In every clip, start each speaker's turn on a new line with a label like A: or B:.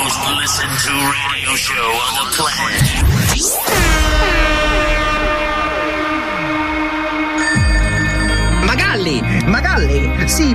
A: listen to radio show on the planet.
B: Magalli! Magalli! Sì,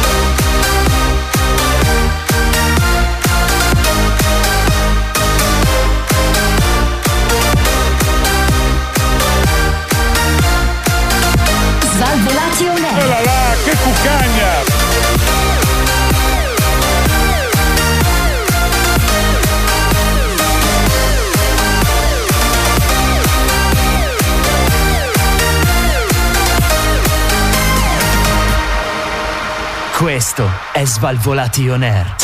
C: Svalvolati on air.
D: là là, che cuccagna!
E: Questo è Svalvolati On Air.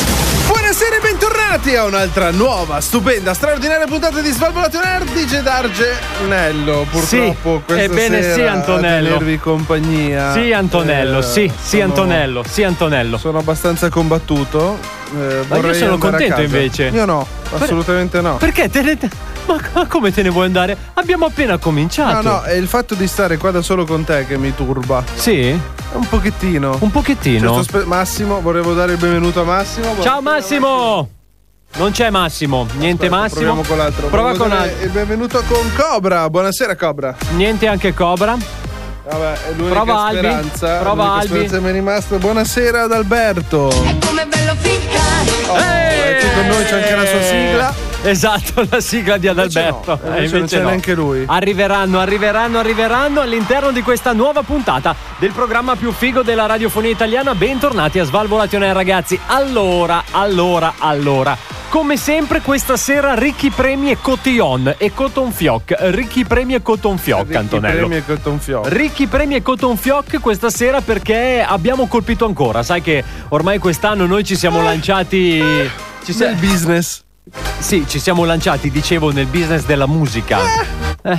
F: Buonasera e bentornati a un'altra nuova, stupenda, straordinaria puntata di Svalvolati on Air di Gedargenello. Purtroppo
G: Sì,
F: questa
G: ebbene
F: sera
G: sì, Antonello.
F: a tenervi compagnia.
G: Sì, Antonello,
F: eh,
G: sì, sì,
F: sono-
G: Antonello, sì, Antonello.
F: Sono abbastanza combattuto. eh, vorrei
G: sono
F: andare a
G: contento
F: casa.
G: invece.
F: Io no, assolutamente no.
G: Perché te ne. te- Ma, ma come te ne vuoi andare? Abbiamo appena
F: No,
G: cominciato.
F: no, è il fatto di stare qua da solo con te che mi turba.
G: Sì?
F: Un pochettino.
G: Un
F: Cioè, sto
G: pochettino.
F: spe- Massimo, volevo dare il benvenuto a Massimo.
G: Ciao Massimo! Non c'è Massimo, niente
F: Aspetta,
G: Massimo.
F: Proviamo con l'altro.
G: Prova
F: Volevo
G: con
F: dare
G: l'altro.
F: Il benvenuto con Cobra. Buonasera, Cobra.
G: Niente anche Cobra.
F: Vabbè, è l'unica
G: Prova Albi.
F: speranza.
G: Prova
F: l'unica
G: Albi.
F: speranza che mi è rimasta. Buonasera ad Alberto.
G: Ehi!
F: Oh, Con noi c'è anche la sua sigla.
G: Esatto, la sigla di Adalberto.
F: no, invece
G: Eh,
F: non c'è neanche lui.
G: Arriveranno, arriveranno, arriveranno all'interno di questa nuova puntata del programma più figo della radiofonia italiana. Bentornati a Svalvolatione, ragazzi. Allora, allora, allora. Come sempre, questa sera ricchi premi e cotillon e cotton fioc. Ricchi premi e cotton fioc, Antonello.
F: Premi e Cotton Fioc.
G: Ricchi premi e cotton fioc questa sera perché abbiamo colpito ancora. Sai che ormai quest'anno noi ci siamo lanciati. Ci
F: Nel
G: siamo,
F: business.
G: sì, ci siamo lanciati, dicevo, nel business della musica. Eh.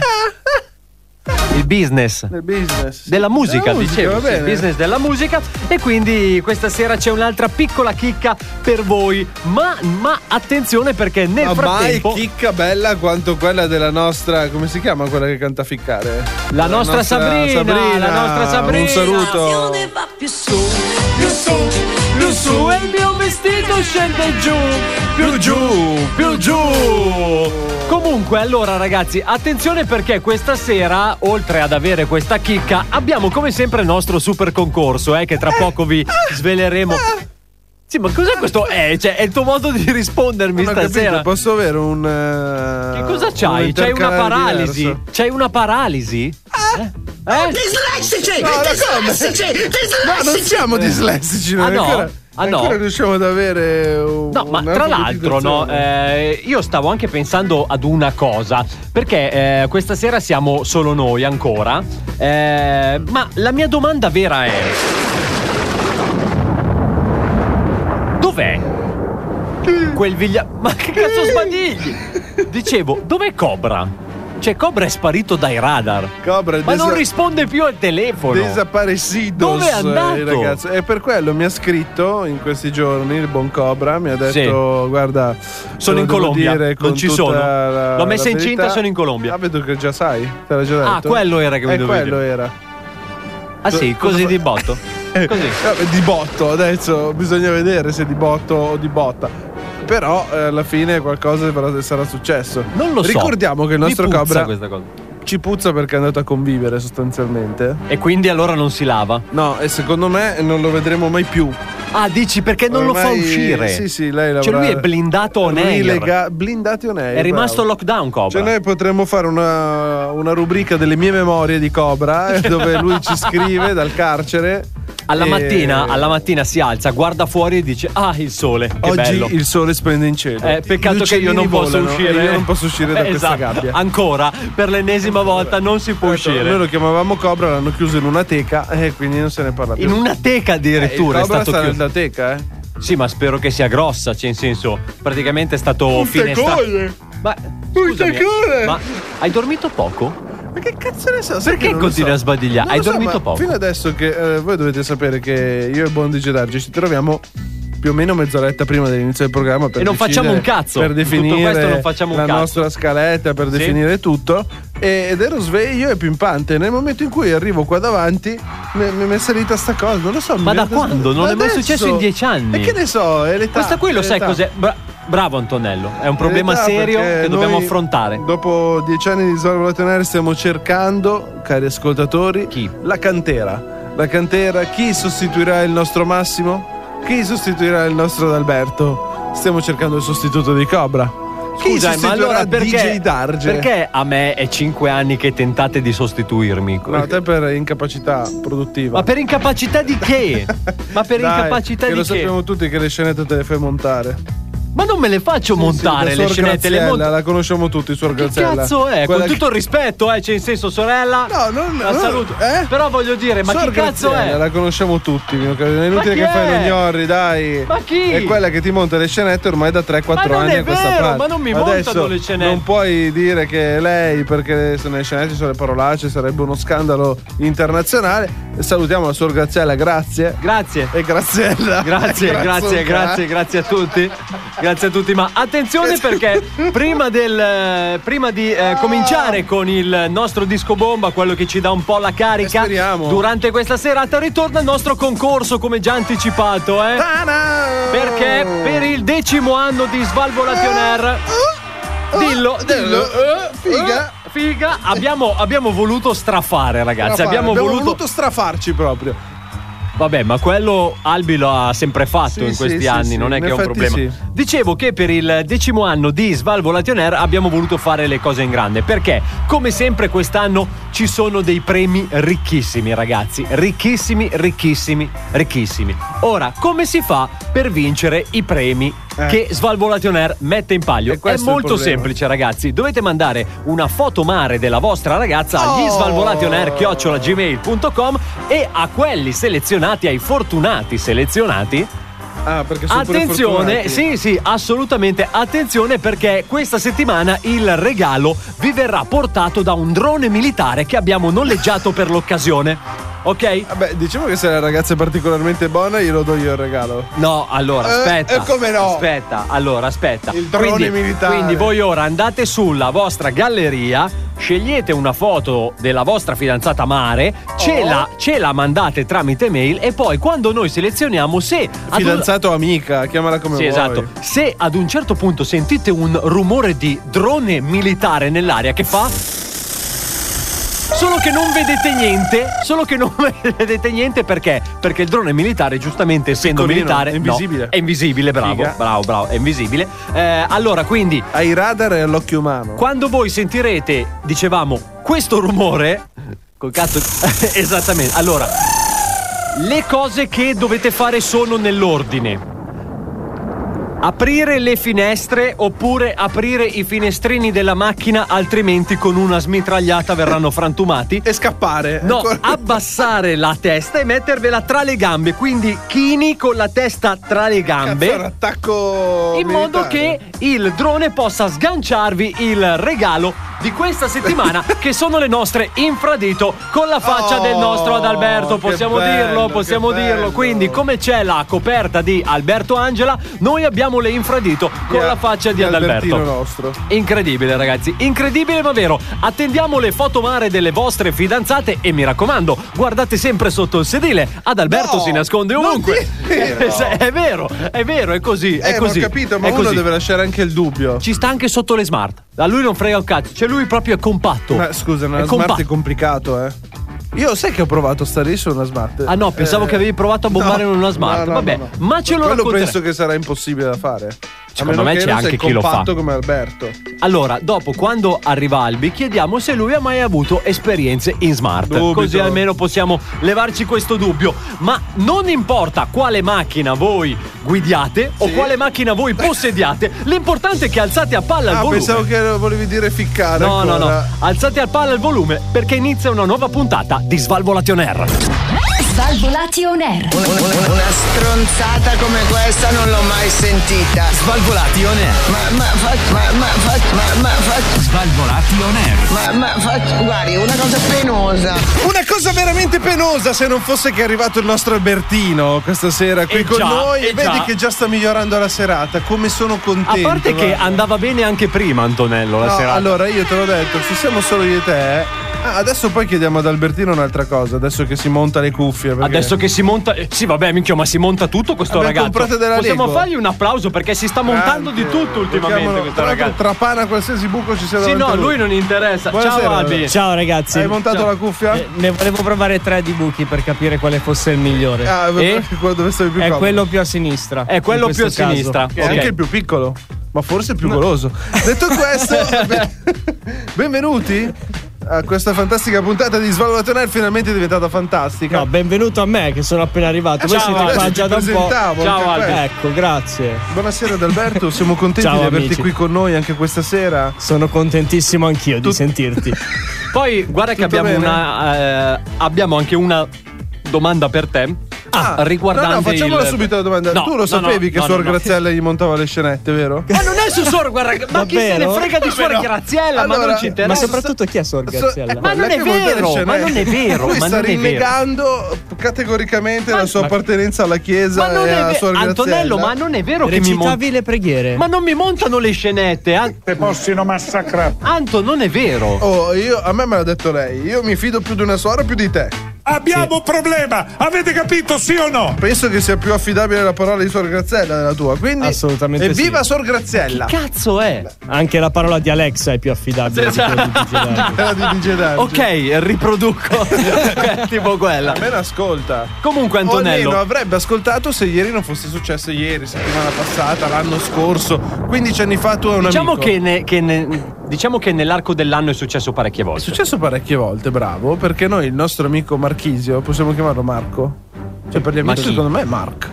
G: Il business.
F: Nel business. sì.
G: Della musica,
F: Della
G: dicevo,
F: va
G: sì,
F: bene.
G: business della musica. E quindi questa sera c'è un'altra piccola chicca per voi. Ma, ma attenzione perché nel
F: Ma mai
G: frattempo.
F: chicca bella quanto quella della nostra. Come si chiama quella che canta ficcare?
G: La nostra Sabrina, la nostra Sabrina.
F: Un saluto.
G: Più su e il mio vestito scende giù, più giù, più giù. Comunque, allora ragazzi, attenzione perché questa sera, oltre ad avere questa chicca, abbiamo come sempre il nostro super concorso, eh, che tra poco vi sveleremo. Sì, ma cos'è questo? Eh, cioè, è il tuo modo di rispondermi
F: Non ho
G: stasera.
F: capito, posso avere un. eh,
G: Che cosa
F: un
G: c'hai? C'hai una
F: intercalare
G: paralisi?
F: diverso? Ah,
G: C'hai una paralisi? Eh? Eh?
B: Dislessici!
F: No, la come?
B: Dislessici!
F: No, non siamo dislessici, noi
G: Ah, no?
F: ancora,
G: Ah, no?
F: ancora riusciamo ad avere un,
G: No, ma
F: una
G: tra l'altro, no,
F: alfabetizzazione.
G: eh, io stavo anche pensando ad una cosa, perché eh, questa sera siamo solo noi ancora, eh, ma la mia domanda vera è... Dov'è? Quel viglia... Ma che cazzo sbadigli? Dicevo, dov'è Cobra? Cioè, Cobra è sparito dai radar.
F: Cobra è
G: Ma non
F: desa-
G: risponde più al telefono.
F: Desaparecidos
G: Dove è andato?
F: eh, ragazzo. E per quello mi ha scritto in questi giorni il buon Cobra. Mi ha detto: Guarda,
G: Sono in Colombia, non ci sono. L'ho messa
F: in
G: incinta, sono in Colombia.
F: Ah, vedo che già sai. Te l'ha già detto.
G: Ah, quello era che mi
F: Eh,
G: dovevi
F: quello
G: dire.
F: era.
G: Ah sì, così di botto. Così.
F: Eh, Di botto, adesso bisogna vedere se di botto o di botta. Però eh, alla fine qualcosa sarà- sarà successo.
G: Non lo so.
F: Ricordiamo che il
G: Mi
F: nostro
G: puzza
F: Cobra
G: questa cosa.
F: ci puzza perché è andato a convivere sostanzialmente.
G: E quindi allora non si lava.
F: No, e secondo me non lo vedremo mai più.
G: Ah, dici perché non lo fa
F: Ormai-
G: uscire?
F: Sì, sì, lei l'avrà
G: Cioè lui è blindato on air.
F: rilega- blindati on air.
G: È rimasto
F: eh, bravo.
G: lockdown Cobra.
F: Cioè noi potremmo fare una, una rubrica delle mie memorie di Cobra eh, dove lui ci scrive dal carcere.
G: alla,
F: e-
G: mattina, alla mattina si alza, guarda fuori e dice "Ah, il sole, che
F: Oggi
G: bello".
F: il sole splende in cielo.
G: Eh, peccato che
F: Lucidini
G: io non posso
F: volano
G: uscire.
F: e Io non posso uscire da
G: Eh,
F: questa
G: esatto.
F: gabbia.
G: Ancora, per l'ennesima volta non si può
F: Certo,
G: uscire.
F: Noi lo chiamavamo Cobra, l'hanno chiuso in una teca e eh, quindi non se ne parla più.
G: In una teca
F: Eh, il
G: addirittura è
F: Cobra
G: stato
F: sta
G: chiuso.
F: nella teca, eh.
G: Sì, ma spero che sia grossa, cioè in senso, praticamente è stato fine sta- Ma scusami, eh,
F: tecone!
G: Ma hai dormito poco?
F: Ma che cazzo ne so? Sai
G: Perché
F: che non lo
G: continui
F: so?
G: a sbadigliare?
F: Non
G: Hai
F: lo so,
G: dormito
F: ma
G: poco?
F: Fino adesso che eh, voi dovete sapere che io e Buon DJ Darge ci troviamo più o meno mezz'oretta prima dell'inizio del programma per
G: E non
F: decidere-
G: facciamo un cazzo.
F: per
G: Tutto
F: definire
G: questo non facciamo un
F: la
G: cazzo.
F: nostra scaletta per
G: Sì.
F: definire tutto E- ed ero sveglio e pimpante nel momento in cui arrivo qua davanti mi, mi- mi è salita sta cosa non lo so mi
G: Ma da
F: viene
G: quando? Non
F: Ma
G: è mai
F: adesso?
G: successo in dieci anni.
F: e che ne so è l'età
G: Questa qui lo
F: è
G: sai
F: l'età.
G: cos'è? Bra- bravo Antonello, è un problema
F: In realtà,
G: serio
F: Eh, perché
G: che dobbiamo
F: noi,
G: affrontare.
F: Dopo dieci anni di Svalvolatonare stiamo cercando, cari ascoltatori,
G: Chi?
F: la cantera. La cantera, chi sostituirà il nostro Massimo? Chi sostituirà il nostro Alberto? Stiamo cercando il sostituto di Cobra. Chi
G: Scusa, eh, ma
F: sostituirà
G: allora perché,
F: DJ Darge?
G: perché a me è 5 anni che tentate di sostituirmi?
F: No, te per incapacità produttiva.
G: Ma per incapacità di che? Ma per
F: Dai,
G: incapacità
F: che
G: di
F: lo
G: che?
F: sappiamo tutti che le scenette te le fai montare.
G: Ma non me le faccio montare
F: Sì, da
G: le
F: Suor
G: scenette, le
F: Graziella,
G: monto.
F: La conosciamo tutti, Suor
G: Che
F: Graziella.
G: cazzo è?
F: Quella
G: Con tutto il rispetto, eh, c'è in senso sorella.
F: No, non-
G: La
F: non-
G: saluto.
F: eh?
G: Però voglio dire, ma
F: Sor
G: che cazzo
F: Graziella,
G: è?
F: La conosciamo tutti, mio caro. È inutile
G: chi
F: che fai
G: è?
F: l'ignorri, dai.
G: Ma chi?
F: È quella che ti monta le scenette ormai da 3-4
G: Ma non
F: anni
G: è
F: a questa
G: vero,
F: parte.
G: ma non mi
F: Adesso
G: montano le scenette.
F: Non puoi dire che è lei, perché se nelle scenette ci sono le parolacce, sarebbe uno scandalo internazionale. Salutiamo la Suor Graziella, grazie.
G: Grazie.
F: e Graziella.
G: Grazie,
F: Grazie,
G: grazie,
F: un
G: grazie, grazie a tutti. Grazie a tutti, ma attenzione perché prima, del, prima di
F: Ah.
G: eh, cominciare con il nostro disco bomba, quello che ci dà un po' la carica,
F: Eh, speriamo.
G: durante questa serata ritorna il nostro concorso come già anticipato, eh?
F: Ah. Ta-da!
G: Perché per il decimo anno di Svalvolation
F: Ah,
G: Air, dillo,
F: Dillo, eh, figa.
G: eh, figa, abbiamo, abbiamo voluto strafare ragazzi,
F: Strafare.
G: abbiamo, voluto...
F: strafarci proprio.
G: Vabbè, ma quello Albi lo ha sempre fatto
F: Sì,
G: in questi
F: sì,
G: anni,
F: sì,
G: non
F: sì,
G: è
F: in
G: che è un
F: effetti
G: problema.
F: sì.
G: Dicevo che per il decimo anno di Svalvolation Air abbiamo voluto fare le cose in grande, perché come sempre quest'anno ci sono dei premi ricchissimi, ragazzi, ricchissimi, ricchissimi, ricchissimi. Ora, come si fa per vincere i premi
F: Eh.
G: che Svalvolation Air mette in palio?
F: E
G: È
F: questo è il
G: molto
F: problema.
G: semplice, ragazzi. Dovete mandare una foto mare della vostra ragazza agli
F: Oh.
G: svalvolationair@gmail.com e a quelli selezionati, ai fortunati selezionati,
F: Ah, perché sono pure
G: attenzione,
F: fortunati.
G: sì sì, assolutamente attenzione perché questa settimana il regalo vi verrà portato da un drone militare che abbiamo noleggiato per l'occasione, ok?
F: Vabbè, diciamo che se la ragazza è particolarmente buona, glielo do io il regalo.
G: No, allora
F: Eh,
G: aspetta.
F: e come no?
G: Aspetta, allora aspetta.
F: Il drone
G: quindi,
F: militare.
G: Quindi voi ora andate sulla vostra galleria, scegliete una foto della vostra fidanzata mare, ce,
F: Oh.
G: la, ce la mandate tramite mail e poi quando noi selezioniamo se... ad un-
F: Fidanzato o amica, chiamala come
G: Sì,
F: vuoi.
G: esatto. Se ad un certo punto sentite un rumore di drone militare nell'aria che fa... Solo che non vedete niente, solo che non vedete niente perché? Perché il drone militare, giustamente essendo
F: Piccolino,
G: militare,
F: è invisibile.
G: no, è invisibile, bravo,
F: Figa.
G: bravo, bravo, è invisibile. Eh, allora, quindi,
F: Ai radar e all'occhio umano.
G: quando voi sentirete, dicevamo, questo rumore, col cazzo, esattamente, allora, le cose che dovete fare sono nell'ordine. Aprire le finestre oppure aprire i finestrini della macchina, altrimenti con una smitragliata verranno frantumati.
F: E scappare.
G: No,
F: Ancora-
G: abbassare la testa e mettervela tra le gambe, quindi chini con la testa tra le
F: Cazzo,
G: gambe.
F: è un attacco.
G: in modo che
F: militare.
G: il drone possa sganciarvi il regalo di questa settimana che sono le nostre infradito con la faccia
F: Oh,
G: del nostro Adalberto
F: che
G: possiamo
F: bello,
G: dirlo
F: che
G: possiamo dirlo
F: bello.
G: quindi come c'è la coperta di Alberto Angela noi abbiamo le infradito con
F: Di-
G: la faccia di,
F: di
G: Adalberto
F: Albertino nostro.
G: Incredibile ragazzi, incredibile ma vero. Attendiamo le foto mare delle vostre fidanzate e mi raccomando, guardate sempre sotto il sedile. Ad Alberto
F: No,
G: si nasconde
F: non
G: ovunque.
F: dire.
G: Eh, è vero, è vero, è così,
F: Eh,
G: è
F: ma
G: così.
F: ho capito, ma
G: è
F: uno
G: così.
F: deve lasciare anche il dubbio.
G: Ci sta anche sotto le smart. A lui non frega un cazzo, cioè lui proprio è compatto.
F: Ma scusa, una
G: È
F: smart
G: compa-
F: è complicato, eh. Io sai che ho provato a stare lì su una smart.
G: Ah no, pensavo
F: Eh,
G: che avevi provato a bombare
F: no,
G: in una smart.
F: no, no,
G: Vabbè,
F: no, no.
G: ma ce lo
F: Quello
G: racconterai.
F: penso che sarà impossibile da fare. A meno
G: Secondo me
F: che
G: c'è
F: non
G: anche
F: sei
G: chi lo fa.
F: compatto come Alberto.
G: Allora, dopo quando arriva Albi, chiediamo se lui ha mai avuto esperienze in smart.
F: Dubito.
G: Così almeno possiamo levarci questo dubbio. Ma non importa quale macchina voi guidiate o
F: Sì.
G: quale macchina voi possediate, l'importante è che alzate a palla il
F: Ah,
G: volume.
F: pensavo che volevi dire ficcare.
G: No, no, no,
F: ancora.
G: alzate a palla il volume perché inizia una nuova puntata di Svalvolation Air.
A: Svalvolation
H: Svalvolati on air.
C: Una stronzata come questa non l'ho mai sentita.
E: Svalvolati on air.
C: Ma, ma, fac- ma, ma, fac- ma, ma, fac-
E: Svalvolati on air.
C: ma, ma, fac- guardi, una cosa penosa.
F: Una cosa veramente penosa se non fosse che è arrivato il nostro Albertino questa sera qui
G: Eh
F: con
G: già,
F: noi.
G: eh
F: E vedi
G: già.
F: che già sta migliorando la serata. Come sono
G: A
F: contento.
G: parte che
F: guarda.
G: andava bene anche prima, Antonello, la
F: No,
G: serata.
F: allora io te l'ho detto, ci siamo solo io e te. eh. Ah, adesso poi chiediamo ad Albertino un'altra cosa, adesso che si monta le cuffie. perché-
G: Adesso che si monta. eh, Sì, vabbè, minchia, ma si monta tutto questo
F: Abbiamo
G: ragazzo.
F: comprato della
G: Possiamo
F: Lego.
G: fargli un applauso perché si sta montando di
F: Grande.
G: tutto ultimamente
F: Chiamalo-
G: questo
F: tra l'altro
G: ragazzo.
F: Trapana qualsiasi buco ci sia
G: Sì,
F: davanti a
G: no, lui non interessa.
F: Buonasera,
G: Ciao Albi.
I: Ciao ragazzi.
F: Hai montato
I: Ciao.
F: la cuffia?
I: Eh, ne volevo provare tre di buchi per capire quale fosse il migliore.
F: Ah,
G: eh?
F: quello dove stavi più
I: è
F: comodo.
I: quello più a sinistra.
G: È quello
I: in
G: più a
I: questo caso.
G: sinistra.
F: Che è
G: Ok.
F: anche il più piccolo, ma forse il più goloso. Detto questo, ben- benvenuti a questa fantastica puntata di Svalvolato Nel, finalmente è diventata fantastica.
I: No, benvenuto a me che sono appena arrivato. Voi
G: Eh, ciao,
I: siete
G: Albi.
I: qua
F: Adesso
I: già
F: ti
I: da un po'.
F: presentavo,
G: Ciao,
F: anche
G: Albi.
F: questo.
I: Ecco, grazie.
F: Buonasera ad Alberto, siamo contenti
I: Ciao,
F: di averti
I: amici.
F: qui con noi anche questa sera.
I: Sono contentissimo anch'io di sentirti.
G: Poi guarda che
F: Tutto
G: abbiamo
F: bene?
G: una. eh, abbiamo anche una domanda per te. Ah, riguardante.
F: No, no, facciamola
G: il-
F: subito la domanda.
G: No,
F: tu lo
G: no,
F: sapevi
G: no,
F: che
G: no,
F: Suor
G: no.
F: Graziella gli montava le scenette, vero?
G: Ma non è su Suor guarda, ma chi se ne
I: Davvero?
G: frega di Suor
F: no.
G: Graziella? ma
F: Allora,
G: non
F: ma
G: ci
I: Ma
G: interessa.
I: soprattutto chi è Sor Graziella?
G: Ma
F: Quella
G: non è
F: che monta le
G: vero, ma
F: scenette.
G: non è vero,
F: Lui
G: ma
F: sta
G: non è vero.
F: rinnegando categoricamente la sua
G: ma-
F: appartenenza alla chiesa
G: Ma non
F: e
G: è
F: alla
G: ve-
F: Suor eh, Graziella.
G: Antonello, ma non è vero che mi monta.
I: Recitavi le preghiere.
G: Ma non mi montano le scenette. An-
D: Te possino massacrare.
G: Anto, non è vero.
F: Oh, io, a me me l'ha detto lei. Io mi fido più di una suora più di te.
D: Abbiamo un problema, avete capito sì o no?
F: Penso che sia più affidabile la parola di Suor Graziella della tua. Quindi,
I: Assolutamente
F: evviva
I: sì.
F: Suor Graziella!
G: Cazzo è?
I: Anche la parola di Alexa è più affidabile di quella
G: Esatto.
I: di DJ Darge.
F: Era di DJ Darge.
G: Ok, riproduco. tipo quella.
F: Almeno ascolta.
G: Comunque,
F: O almeno
G: Antonello.
F: avrebbe ascoltato se ieri non fosse successo ieri, settimana passata, l'anno scorso, 15 anni fa tu hai un
G: Diciamo
F: amico.
G: che, ne- che ne- diciamo che nell'arco dell'anno è successo parecchie
F: È
G: volte.
F: successo parecchie volte, bravo, perché noi il nostro amico Marchisio, possiamo chiamarlo Marco? Cioè per gli amici
G: chi?
F: secondo me è Mark.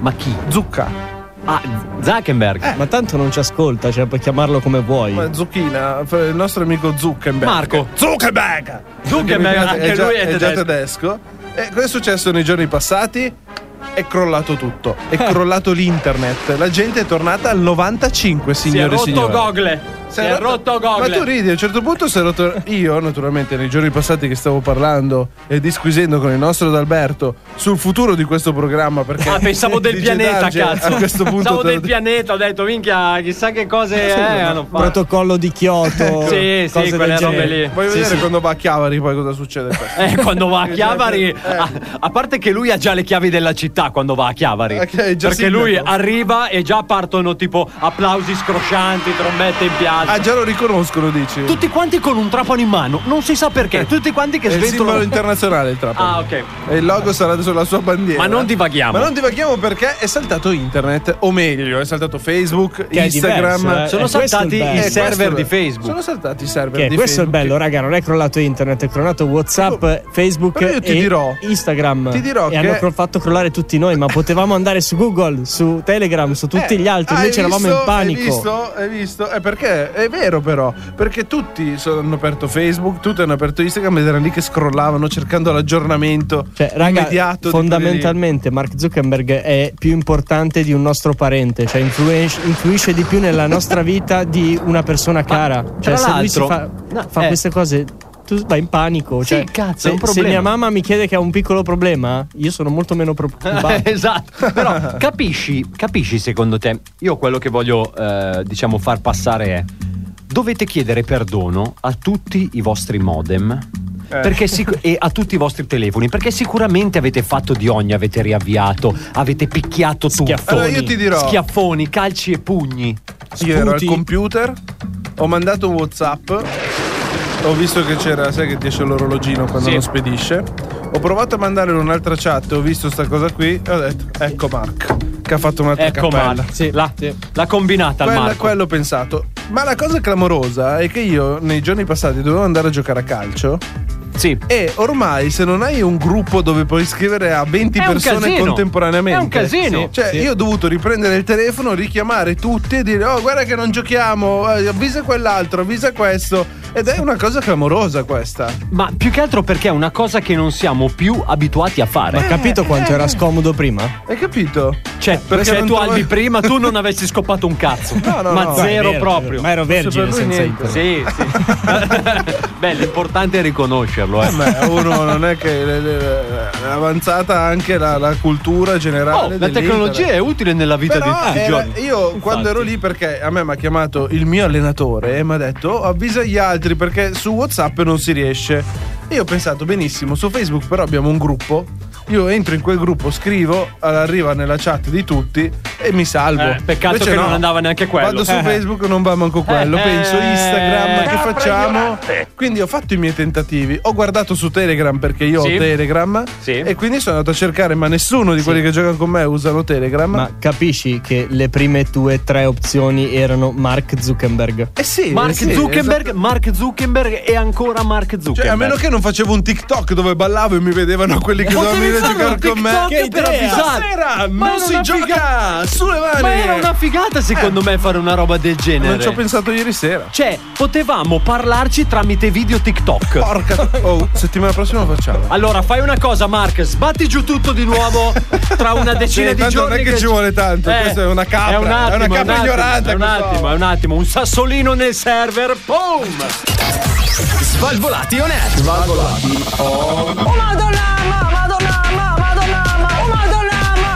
G: Ma chi?
F: Zucca.
G: Ah, Zuckerberg.
F: Eh,
I: Ma tanto non ci ascolta, cioè puoi chiamarlo come vuoi.
F: Ma Zucchina, il nostro amico Zuckerberg.
G: Marco.
F: Zuckerberg!
G: Zuckerberg, anche
F: è già,
G: lui è
F: già
G: tedesco.
F: tedesco. E cosa è successo nei giorni passati? È crollato tutto,
G: Eh.
F: è crollato l'internet. La gente è tornata al 95,
G: Si è
F: signore e
G: rotto
F: signori.
G: Gogle.
F: Si
G: Si
F: è
G: è rotto Gogle.
F: Ma tu ridi, a un certo punto si è rotto. Io, naturalmente, nei giorni passati che stavo parlando e disquisendo con il nostro D'Alberto sul futuro di questo programma. Perché
G: Ah, pensavo del
F: Dice
G: pianeta,
F: Darge,
G: cazzo.
F: A questo punto
G: pensavo
F: te lo
G: del
F: dico.
G: pianeta, ho detto, minchia, chissà che cose eh, hanno fatto.
I: Protocollo di Kyoto.
G: Sì, sì,
I: cose del
G: quelle robe
I: genere.
G: lì.
F: Voglio
I: Sì,
F: vedere
I: sì.
F: quando va a Chiavari poi cosa succede. questo.
G: Eh, quando va a
F: Eh,
G: Chiavari,
F: eh.
G: a, a parte che lui ha già le chiavi della città quando va a Chiavari.
F: Ok, già
G: perché
F: sindaco.
G: lui arriva e già partono tipo applausi scroscianti, trombette in piazza.
F: Ah, già lo riconoscono, dici?
G: Tutti quanti con un trapano in mano, non si sa perché. Tutti quanti che
F: Eh. è il simbolo
G: sventolano.
F: internazionale il trapano.
G: Ah, ok.
F: E il logo sarà sulla sua bandiera.
G: Ma non divaghiamo.
F: Ma non divaghiamo perché è saltato internet, o meglio, è saltato Facebook,
I: Che è
F: Instagram.
I: diverso, eh.
G: Sono
I: Eh, questo è il
G: saltati
I: bello.
G: i
I: Eh,
G: server di
F: questo-
G: Facebook.
F: Sono saltati i server
I: Che
F: di
I: questo è il
F: Facebook.
I: bello, raga. Non è crollato internet, è crollato WhatsApp,
F: Oh,
I: Facebook
F: però io ti
I: e
F: dirò-
I: Instagram.
F: ti dirò
I: e
F: che-
I: hanno cro- fatto crollare tutti noi. Ma potevamo andare su Google, su Telegram, su tutti
F: Eh,
I: gli altri.
F: hai
I: Invece eravamo
F: visto?
I: in panico.
F: Hai visto? Hai visto? È perché è vero, però. Perché tutti sono- hanno aperto Facebook, tutti hanno aperto Instagram ed erano lì che scrollavano cercando l'aggiornamento
I: Cioè, raga,
F: immediato. di
I: fondamentalmente Mark Zuckerberg è più importante di un nostro parente, cioè influens- influisce di più nella nostra vita di una persona cara.
G: tra
I: Cioè, se lui si fa,
G: l'altro- no,
I: fa
G: eh.
I: queste cose, tu vai in panico.
G: Sì,
I: cioè,
G: cazzo,
I: se,
G: è un
I: se
G: problema.
I: mia mamma mi chiede che ha un piccolo problema, io sono molto meno preoccupato.
G: esatto, però capisci, capisci secondo te? Io quello che voglio eh, diciamo far passare è dovete chiedere perdono a tutti i vostri modem
F: Eh.
G: perché sic- e a tutti i vostri telefoni perché sicuramente avete fatto di ogni, avete riavviato, avete picchiato tutto.
I: Schiaffoni.
F: Allora, io ti dirò-
G: schiaffoni, calci e pugni.
F: Io ero al
I: Sputi.
F: computer, ho mandato un WhatsApp. Ho visto che c'era, sai che ti esce l'orologino quando
G: Sì.
F: lo spedisce. Ho provato a mandare in un'altra chat, ho visto sta cosa qui e ho detto: Ecco Mark, che ha fatto un'altra
G: Ecco
F: cappella.
G: Mark, la, la combinata al
F: Quella-
G: Marco.
F: quello ho pensato. Ma la cosa clamorosa è che io nei giorni passati dovevo andare a giocare a calcio.
G: Sì.
F: E ormai se non hai un gruppo dove puoi scrivere a 20
G: È un
F: persone
G: casino.
F: contemporaneamente.
G: È un casino.
F: Cioè,
G: Sì.
F: io ho dovuto riprendere il telefono, richiamare tutti e dire: Oh, guarda che non giochiamo, eh, avvisa quell'altro, avvisa questo. Ed è una cosa clamorosa questa.
G: Ma più che altro perché è una cosa che non siamo più abituati a
I: Ma
G: fare.
I: hai capito quanto era scomodo prima?
F: Hai capito?
G: Cioè,
F: Eh, perché
G: se
F: non
G: tu
F: trovo-
G: Albi prima tu non avessi scopato un cazzo.
F: No, no,
G: ma
F: no.
G: zero
I: È vero,
G: proprio.
I: Ma ero vergine
F: lui
I: senza
F: niente.
G: Sì,
I: internet.
G: sì. Beh, l'importante è riconoscerlo, eh.
F: Beh, uno non è che le- le- le- è avanzata anche la, la cultura
G: Oh,
F: generale.
G: la
F: dell'internet.
G: tecnologia è utile nella vita di
F: Però
G: tutti i
F: era-
G: giorni.
F: io quando ero lì perché a me mi ha chiamato il mio allenatore e mi ha detto "Oh, avvisa gli altri perché su Whatsapp non si riesce. Io ho pensato benissimo, su Facebook però abbiamo un gruppo, io entro in quel gruppo, scrivo, eh, arriva nella chat di tutti e mi salvo.
G: Eh, peccato
F: Invece
G: che non
F: no.
G: andava neanche quello.
F: Vado su
G: Eh.
F: Facebook non va manco quello,
G: Eh,
F: penso
G: eh,
F: Instagram che
G: capra
F: facciamo. Quindi ho fatto i miei tentativi, ho guardato su Telegram perché io
G: Sì.
F: ho Telegram
G: Sì.
F: e quindi sono andato a cercare, ma nessuno di quelli che giocano con me usano Telegram.
I: Ma capisci che le prime tue tre opzioni erano Mark Zuckerberg?
F: Eh sì,
G: Mark
F: eh sì,
G: Zuckerberg,
F: esatto.
G: Mark Zuckerberg e ancora Mark Zuckerberg.
F: Cioè, a meno che non facevo un TikTok dove ballavo e mi vedevano quelli che dovevano venire a
G: Utilizzavano
F: giocare con me.
G: TikTok per avvisare.
F: Stasera
G: Ma
F: non
G: era
F: si
G: una
F: gioca
G: figa-
F: sulle mani.
G: Ma era una figata secondo me fare una roba del genere.
F: Eh. Non ci ho pensato ieri sera.
G: Cioè, potevamo parlarci tramite video TikTok.
F: Porca. Oh, settimana prossima lo facciamo.
G: Allora, fai una cosa, Mark, sbatti giù tutto di nuovo tra una decina
F: Sì,
G: di
F: tanto
G: giorni. Eh,
F: non è che ci vuole tanto, questa è una capra,
G: È,
F: è
G: un
F: una
G: attimo,
F: capra
G: un attimo,
F: ignorante
G: È un
F: questa
G: attimo,
F: roba.
G: è un attimo, un sassolino nel server, boom!
E: Svalvolati on air.
J: Oh madonna, ma, madonna, ma, madonna, ma, oh madonna, ma,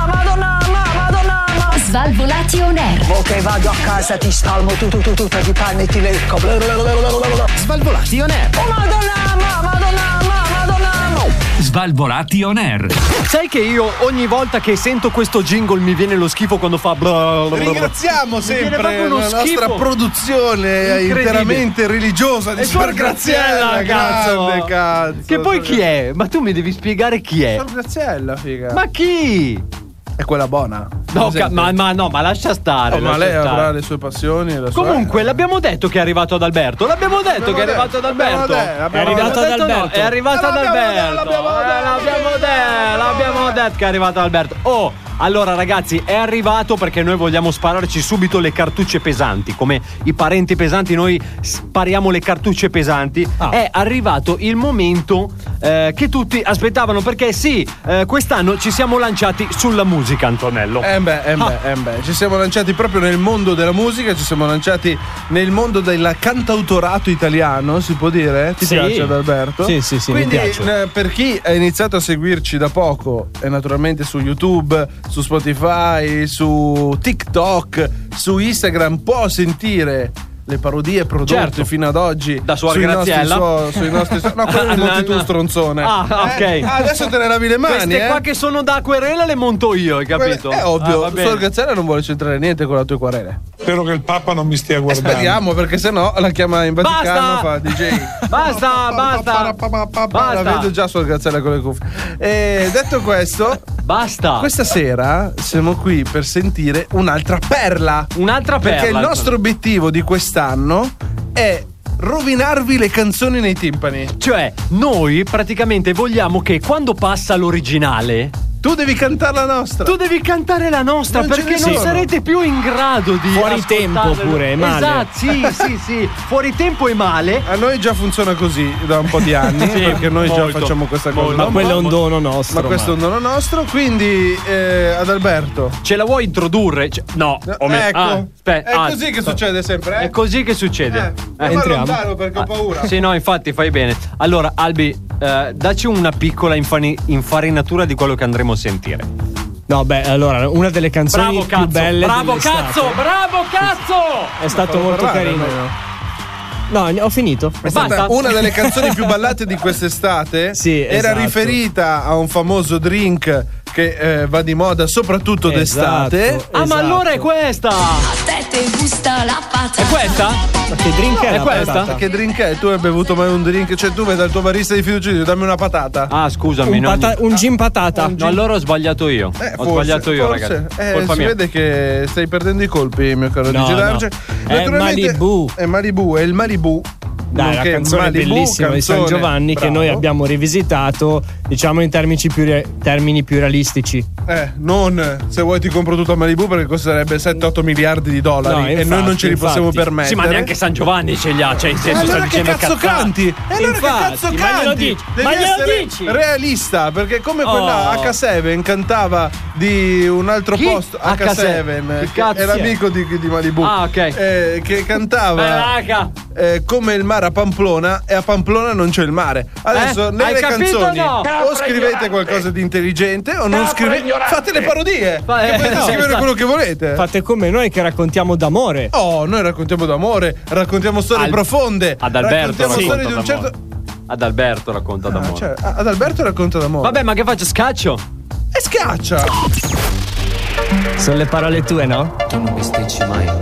J: madonna, ma, madonna, ma.
H: Svalvolati on air.
J: Ok, vado a casa, ti spalmo tu, tu, tu, tu, ti panni e ti lecco. Bla, bla, bla, bla, bla, bla, bla.
E: Svalvolati on air.
J: Oh madonna, ma, madonna, ma, madonna, ma.
E: Svalvolati on air.
G: Sai che io ogni volta che sento questo jingle mi viene lo schifo quando fa bla bla bla bla.
F: Ringraziamo
G: viene proprio
F: sempre
G: uno
F: la nostra
G: schifo.
F: produzione
G: Incredibile.
F: interamente religiosa di Suor Graziella.
G: cazzo.
F: Grande cazzo.
G: Che poi chi è? Ma tu mi devi spiegare chi è.
F: Suor Graziella, figa.
G: Ma chi?
F: è quella buona.
G: No,
F: Presente?
G: ca- ma, ma no, ma lascia stare.
F: Oh, ma
G: lascia
F: lei
G: stare.
F: avrà le sue passioni e la sua- eh,
G: Comunque, l'abbiamo detto che è arrivato ad Alberto. L'abbiamo detto
F: Abbiamo
G: che è arrivato
F: detto,
G: ad Alberto.
F: abbiamo detto, abbiamo
G: è arrivato
I: detto.
G: ad Alberto. è arrivato ad
F: L'abbiamo detto,
G: Alberto.
F: l'abbiamo
G: Eh,
F: detto.
G: L'abbiamo detto. L'abbiamo detto che è arrivato ad Alberto. Oh, allora ragazzi, è arrivato perché noi vogliamo spararci subito le cartucce pesanti. Come i parenti pesanti, noi spariamo le cartucce pesanti. È arrivato il momento eh, che tutti aspettavano perché sì, eh, quest'anno ci siamo lanciati sulla musica, Antonello.
F: Eh beh, eh beh, eh beh, ci siamo lanciati proprio nel mondo della musica, ci siamo lanciati nel mondo del cantautorato italiano, si può dire? Ti
G: Sì.
F: piace Adalberto?
I: Sì, sì, sì, mi
F: Quindi,
I: piace.
F: eh, per chi ha iniziato a seguirci da poco, e naturalmente su YouTube, su Spotify, su TikTok, su Instagram, può sentire le parodie prodotte
G: Certo.
F: fino ad oggi
G: Da Suor
F: sui nostri
G: Graziella.
F: suo- sui nostri su- no, quello
G: Ah,
F: lo monti
G: no,
F: tu
G: no.
F: stronzone.
G: Ah, ok.
F: Eh, adesso te ne lavi le mani,
G: Queste
F: eh.
G: qua che sono da querela le monto io, hai capito?
F: È ovvio,
G: Ah, va bene.
F: Suor Graziella non vuole c'entrare niente con la tua querela.
D: Spero che il Papa non mi stia
F: E
D: guardando.
F: speriamo, perché sennò la chiama in Vaticano
G: Basta!
F: fa DJ.
G: Basta, basta.
F: La vedo
G: Basta.
F: già Suor Graziella con le cuffie. E detto questo,
G: Basta.
F: questa sera siamo qui per sentire un'altra perla.
G: Un'altra perla.
F: Perché il nostro obiettivo di quest'anno è rovinarvi le canzoni nei timpani.
G: Cioè, noi praticamente vogliamo che quando passa l'originale,
F: Tu devi cantare la nostra.
G: tu devi cantare la nostra
F: Non ce
G: perché
F: ne
G: non
F: sono.
G: sarete più in grado di.
I: Fuori
G: ascoltarla.
I: tempo pure, è male.
G: Esatto, sì, sì, sì. Fuori tempo e male.
F: A noi già funziona così da un po' di anni,
G: Sì,
F: perché noi
G: molto,
F: già facciamo questa cosa.
G: molto.
F: da
I: Ma
F: un
I: quello è
F: po'.
I: un dono nostro.
F: Ma questo è un dono nostro, quindi eh, ad Alberto.
G: Ce la vuoi introdurre? Cioè, no, o me-
F: ecco,
G: ah, aspetta,
F: è
G: ah,
F: così che succede sempre. Eh?
G: È così che succede.
F: Eh,
G: Eh.
F: ma lontano perché ho
G: Ah,
F: paura.
G: Sì, no, infatti fai bene. Allora, Albi, eh, dacci una piccola infani- infarinatura di quello che andremo a sentire.
I: No, beh, allora, una delle canzoni
G: Bravo
I: più
G: cazzo!
I: belle.
G: Bravo
I: dell'estate.
G: cazzo! Bravo cazzo!
I: È stato
F: Stavo
I: molto
F: parlando,
I: carino.
F: almeno.
I: No, ho finito.
G: Basta.
F: Una delle canzoni più ballate di quest'estate
I: Sì,
F: era
I: esatto.
F: riferita a un famoso drink che eh, va di moda soprattutto
I: Esatto.
F: d'estate.
G: Ah, ma
I: Esatto.
G: allora è questa!
H: A te te gusta la patata.
G: È questa?
I: Ma che drink è,
G: È
I: la
G: questa?
I: patata?
F: Che drink è? Tu hai bevuto mai un drink? Cioè, tu vai dal tuo barista di fiducia e dici, dammi una patata.
G: Ah, scusami,
I: Un,
G: no.
I: pata- un gin patata.
G: No, allora ho sbagliato io.
F: Eh,
G: ho
F: forse,
G: sbagliato io,
F: forse.
G: ragazzi.
F: Eh,
G: Colpa
F: si
G: mia.
F: vede che stai perdendo i colpi, mio caro
I: No,
F: DJ
I: no.
F: Darge.
I: È Malibu.
F: È Malibu, è il Malibu
K: Dai, la
L: nonché
K: canzone
L: Malibu,
K: bellissima di San
L: canzone-
K: Giovanni che
L: bravo.
K: noi abbiamo rivisitato, diciamo in termini più, re- termini più realistici.
L: Eh, non se vuoi ti compro tutto a Malibu perché costerebbe 7-8 miliardi di dollari
G: No,
L: e noi
G: infatti,
L: non ce li possiamo
G: infatti.
L: permettere.
G: Sì, ma neanche San Giovanni ce li ha. Cioè, in senso,
L: E allora
G: sta
L: che
G: dicendo
L: cazzo
G: cazzate.
L: canti? E allora
G: Infatti,
L: che cazzo
G: ma
L: canti?
G: glielo dici?
L: Devi
G: Ma glielo
L: essere
G: dici?
L: realista, perché come
G: Oh.
L: quella H7 cantava di un altro
G: Chi?
L: posto,
G: H7,
L: H7,
G: chi
L: che
G: cazzo
L: era
G: è?
L: amico di, di Malibu.
G: Ah, ok.
L: eh, che
G: Beh,
L: cantava
G: raga.
L: eh, come il mare a Pamplona e a Pamplona non c'è il mare. Adesso
G: Eh? Hai
L: nelle
G: capito o
L: canzoni
G: no?
L: o scrivete qualcosa di intelligente o non scrivete fate le parodie.
G: Fa-
L: che
G: eh,
L: potete
G: no,
L: scrivere
G: esatto.
L: quello che volete.
K: Fate come noi che raccontiamo d'amore.
L: Oh, noi raccontiamo d'amore, raccontiamo storie
G: Al-
L: profonde.
G: Ad Alberto
L: raccontiamo storie di
G: racconta
L: un certo.
G: d'amore. Ad Alberto racconta
L: Ah,
G: d'amore.
L: cioè,
F: certo.
L: a- ad Alberto racconta d'amore.
G: Vabbè, ma che faccio? Scaccio?
L: E scaccia!
K: Sono le parole tue, no? Tu non besticci mai.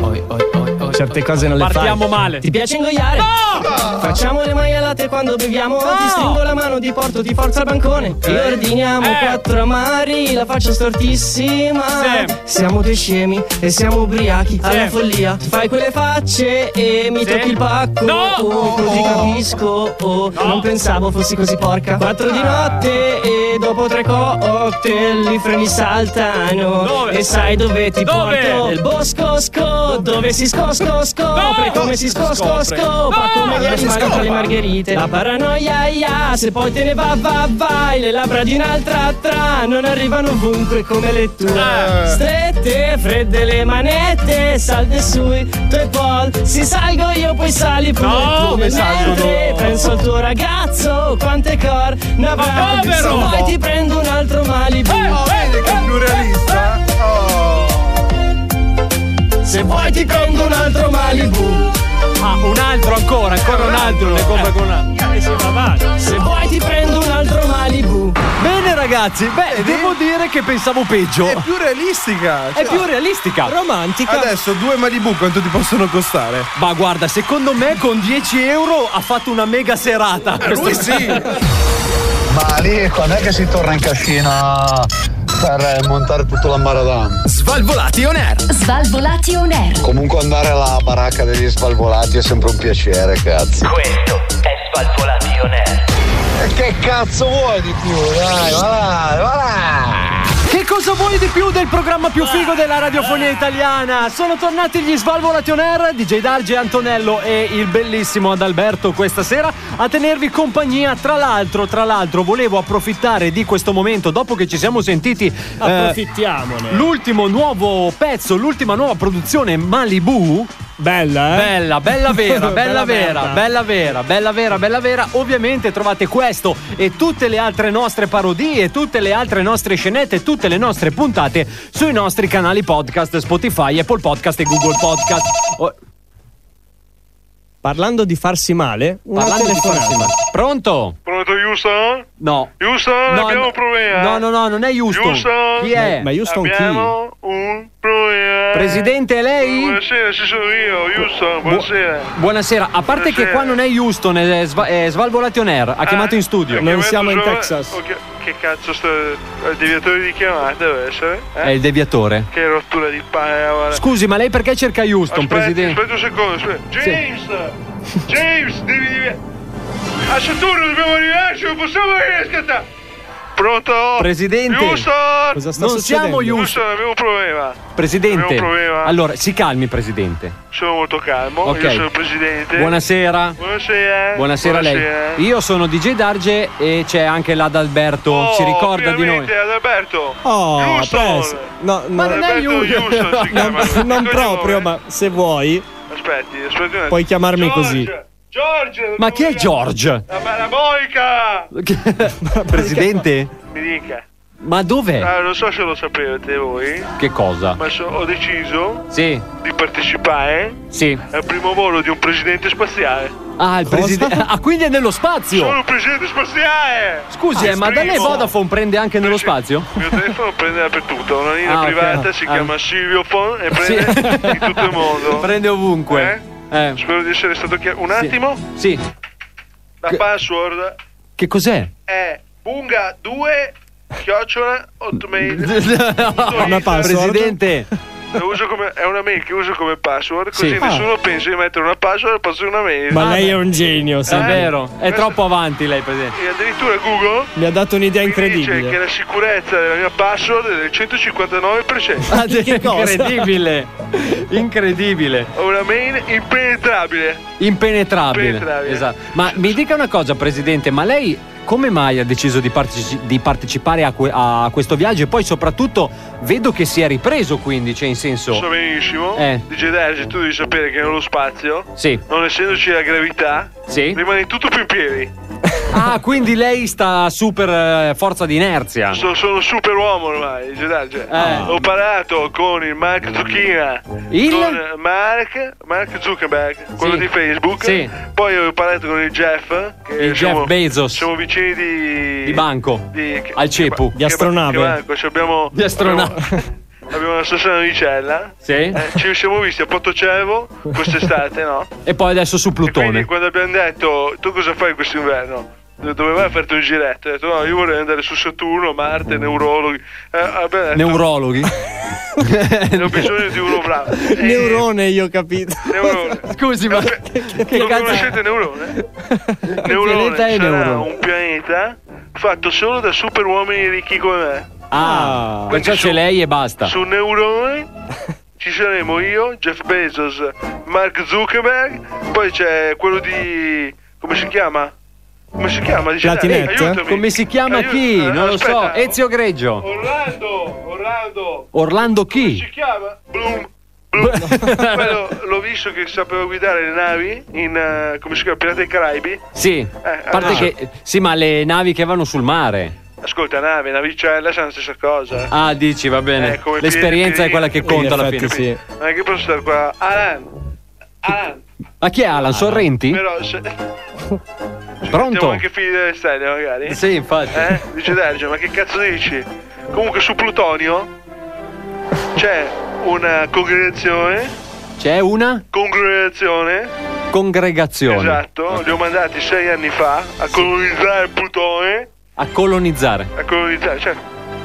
K: Certe cose non le fai.
G: Partiamo male.
I: Ti piace ingoiare? No! Facciamo le maialate quando beviamo. Ti stringo la mano, ti porto di forza al bancone. Ti ordiniamo
G: Eh.
I: quattro mari, la faccia stortissima. Siamo due scemi e siamo ubriachi alla follia. Tu fai quelle facce e
G: Sì.
I: mi tocchi il pacco.
G: No!
I: Oh, così capisco. Oh, Non pensavo fossi così porca. Quattro di
G: Ah.
I: notte e dopo tre cocktail i freni saltano.
G: Dove?
I: E sai dove ti
G: Dove?
I: porto? Nel bosco sco, dove si scosco scopre
G: No!
I: come si scosco
G: Scopre.
I: scopa
G: No!
I: come gli
G: Non si
I: animali
G: scopa.
I: tra le margherite. La paranoia ia, se poi te ne va va vai le labbra di un'altra tra non arrivano ovunque come le tue.
G: Eh.
I: Strette, fredde le manette, salde sui tuoi pol. Si salgo io poi sali pure
G: No,
I: tu.
G: come salgono?
I: Mentre Penso al tuo ragazzo, quante cor ne avrà. Se
G: povero!
I: vuoi ti prendo un altro Malibu.
L: Oh,
F: Eh,
L: vedi che è più realista? Oh.
I: Se vuoi ti prendo un altro Malibu.
G: Ah, un altro ancora, ancora un altro. Eh. Ne compra con un altro.
I: Se vuoi ti prendo un altro Malibu.
G: Bene, ragazzi. Beh, devo dire che pensavo peggio.
L: È più realistica.
G: È
L: cioè,
G: più realistica.
K: Romantica.
L: Eh, Adesso due Malibu quanto ti possono costare?
G: Ma guarda, secondo me con 10 euro ha fatto una mega serata.
L: Lui
G: Questo-
L: sì.
M: Ma lì quando è che si torna in cascina per montare tutto l'ambaradam?
N: Svalvolati on air.
H: Svalvolati on air.
M: Comunque andare alla baracca degli svalvolati è sempre un piacere, cazzo.
A: Questo è Svalvolati On Air.
M: E che cazzo vuoi di più? Dai, va là, va là!
G: Che cosa vuoi di più del programma più figo della radiofonia italiana? Sono tornati gli Svalvolati on Air, DJ Darge, Antonello e il bellissimo Adalberto questa sera a tenervi compagnia. Tra l'altro, tra l'altro, volevo approfittare di questo momento dopo che ci siamo sentiti. eh,
K: Approfittiamone.
G: L'ultimo nuovo pezzo, l'ultima nuova produzione Malibu.
K: Bella, eh?
G: Bella, bella vera, bella
K: Bella
G: vera,
K: merda.
G: bella vera, bella vera, bella vera. Ovviamente trovate questo e tutte le altre nostre parodie, tutte le altre nostre scenette, tutte le nostre puntate sui nostri canali podcast Spotify, Apple Podcast e Google Podcast. Oh,
K: Parlando di farsi male, una
G: parlando di
K: telefonata.
G: prossima. Pronto?
F: Pronto, Houston?
G: No.
F: Houston,
G: No,
F: abbiamo
G: no.
F: un problema.
G: No, no, no, non è Houston.
F: Houston?
G: Chi è?
K: Ma io sto chi?
F: Abbiamo un problema.
G: Presidente, è lei?
F: Buonasera, ci sono io, Houston, buonasera.
G: Buonasera, a parte che
F: Buonasera.
G: qua non è Houston, è, Sva- è Svalvolati on Air, ha chiamato in studio.
F: Ho
K: Non
F: chiamato
K: siamo in
F: solo-
K: Texas.
F: ho chi- Che cazzo sto... Il deviatore di chiamata deve essere? eh?
G: È il deviatore.
F: Che rottura di eh, palle.
G: Scusi, ma lei perché cerca Houston,
F: Aspetta,
G: Presidente?
F: Aspetta un secondo, aspetta. James! James, devi dire. A Saturno dobbiamo arrivarci, non possiamo riscattare! Pronto?
G: Presidente.
F: Houston!
K: Cosa sta
G: Non siamo
K: succedendo?
G: Houston.
F: Houston, abbiamo un problema.
G: Presidente,
F: Abbiamo un problema.
G: allora si calmi, Presidente.
F: Sono molto calmo,
G: Ok.
F: io sono il presidente.
G: Buonasera.
F: Buonasera.
G: Buonasera a lei. Io sono DJ Darge e c'è anche l'Adalberto.
F: Oh,
G: si ricorda di noi?
F: finalmente, Adalberto.
K: Oh,
F: Houston.
K: preso. No,
G: Ma non è
F: Adalberto
G: Houston.
F: Houston si
K: non,
F: chiama. Che
K: non
F: cognome?
K: proprio, ma se vuoi.
F: Aspetti, aspetti un attimo.
K: Puoi chiamarmi
F: George,
K: così.
F: George!
G: Ma chi è George?
F: La parabolica!
G: Presidente?
F: Mi dica.
G: Ma dov'è?
F: Ah, non so se lo sapevate voi,
G: Che cosa?
F: ma so- ho deciso
G: Sì,
F: di partecipare
G: sì.
F: al primo volo di un presidente spaziale.
G: Ah, il presidente. Ah, quindi è nello
F: Sono
G: spazio.
F: un presidente spaziale!
G: Scusi, eh, ma da lei
F: Primo.
G: Vodafone prende anche nello
F: Presi-
G: spazio?
F: Il mio telefono prende dappertutto, ha una linea
G: Ah, ok.
F: privata, si
G: Ah.
F: chiama Silviofone e
G: Sì.
F: prende in tutto il mondo.
G: Prende ovunque. Eh,
F: Spero di essere stato chiaro. Un attimo,
G: Sì.
F: la password
G: Che cos'è?
F: è bunga2 chiocciola hotmail.
K: Una password.
G: Presidente,
F: Lo uso come- è una mail che uso come password, così
G: Sì. Ah.
F: nessuno pensa di mettere una password al posto di una mail.
G: Ma lei è un
I: genio,
G: Ah, È
I: sai.
G: vero, è troppo avanti lei, presidente.
F: E addirittura Google
I: Mi ha dato un'idea
F: dice che
I: incredibile.
F: la sicurezza della mia password è del 159%.
I: Ah,
G: Incredibile. Incredibile.
F: Ho una mail impenetrabile.
G: Impenetrabile.
F: Impenetrabile.
G: Esatto. Ma mi dica una cosa, presidente, ma lei come mai ha deciso di, parteci- di partecipare a, que- a questo viaggio? E poi soprattutto vedo che si è ripreso, quindi, cioè in senso.
F: So benissimo.
G: Eh.
F: DJ Dergi, tu devi sapere che nello spazio,
G: Sì.
F: non essendoci la gravità, rimane tutto più in piedi.
G: Ah, quindi lei sta super eh, forza di inerzia.
F: So- sono super uomo ormai, DJ Dergi. Ho parlato con il Mark Zucchina.
G: Eh. Il?
F: Con eh, Mark, Mark Zuckerberg, quello di Facebook.
G: Sì.
F: Poi ho parlato con il Jeff. Che
G: Il Jeff Bezos.
F: Siamo vicini di.
G: Di banco.
F: di- che-
G: Al cepu.
F: che- che banco, ci abbiamo.
G: Di astronave.
F: Abbiamo la stessa navicella.
G: Sì.
F: Eh, ci siamo visti a Portocervo quest'estate, no?
G: E poi adesso su
F: Quindi
G: Plutone.
F: quando abbiamo detto tu cosa fai quest'inverno? Dove vai a farti un giretto? Ho detto no, io vorrei andare su Saturno, Marte, neurologhi. Eh, abbiamo detto,
G: Neurologhi.
F: ho bisogno di uno bravo. Eh,
I: Neurone, io ho capito.
F: neurone.
G: Scusi, ma
F: non conoscete Neurone? Neurone
I: pianeta è
F: sarà
I: Neurone?
F: un pianeta fatto solo da super uomini ricchi come me.
G: Ah,
F: Quindi
G: perciò
F: su-
G: c'è lei e basta.
F: Su Neurone ci saremo io, Jeff Bezos, Mark Zuckerberg, poi c'è quello di... come si chiama? Come si chiama? Dice, dai, aiutami.
G: Come si chiama
F: Aiuto-
G: chi?
F: eh,
G: Non lo so.
F: aspetta.
G: Ezio Greggio.
F: Orlando, Orlando,
G: Orlando chi?
F: si chiama? Bloom. Bloom. Quello l'ho visto che sapeva guidare le navi in, eh, come si chiama, Pirati dei Caraibi.
G: Sì. A parte
F: ah.
G: che. Sì, ma le navi che vanno sul mare.
F: Ascolta, nave, navicella, sono la stessa cosa.
G: Ah, dici, va bene.
F: Eh, come
G: L'esperienza
F: piedi-
G: è quella che
F: piedi-
G: conta alla
F: piedi-
G: fine.
F: Non è che posso stare qua. Alan, Alan.
G: Ma chi è
F: Ah,
G: Alan Sorrenti?
F: Però se...
G: Pronto?
F: Siamo anche figli delle stelle, magari.
G: Sì, infatti.
F: Eh? Dice Dergio, ma che cazzo dici? Comunque su Plutonio c'è una congregazione.
G: C'è una
F: Congregazione.
G: congregazione
F: Esatto, li ho mandati sei anni fa a colonizzare Plutone.
G: a colonizzare.
F: A colonizzare, cioè,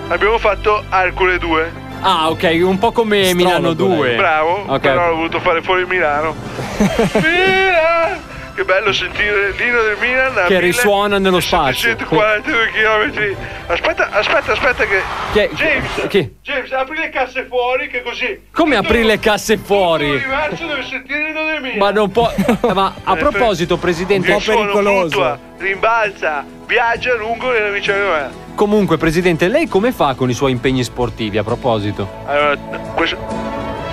F: abbiamo fatto Arcole 2.
G: Ah, ok, un po' come Milano 2.
F: Bravo,
G: Ok.
F: però l'ho voluto fare fuori Milano. Milan! Che bello sentire il lino del Milan. a
G: Che
F: 1000
G: risuona nello spazio.
F: 142 km. Aspetta, aspetta, aspetta che...
G: Che-
F: James,
G: che-
F: James, apri le casse fuori che così...
G: Come
F: tutto
G: aprire le casse fuori?
F: L'universo deve sentire il lino del Milan.
G: Ma non può. Ma a proposito, presidente,
F: Il suono fluttua, rimbalza, viaggia lungo nella vicenda.
G: Comunque, presidente, lei come fa con i suoi impegni sportivi? A proposito,
F: Allora, questo...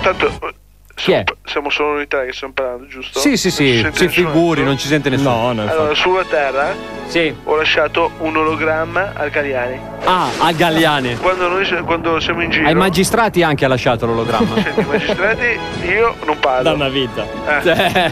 F: Tanto... eh,
G: chi è?
F: Siamo solo noi tre che stiamo parlando, giusto?
G: Sì, sì,
F: Non ci
G: sì,
F: sente
G: si
F: nessuno.
G: figuri, non ci sente nessuno.
F: Allora, sulla Terra ho lasciato un ologramma al Cariani.
G: Ah, a Galliane.
F: Quando noi se- quando siamo in giro,
G: Ai magistrati anche ha lasciato l'ologramma.
F: senti, i magistrati, io non parlo.
G: Da una vita.
F: Eh.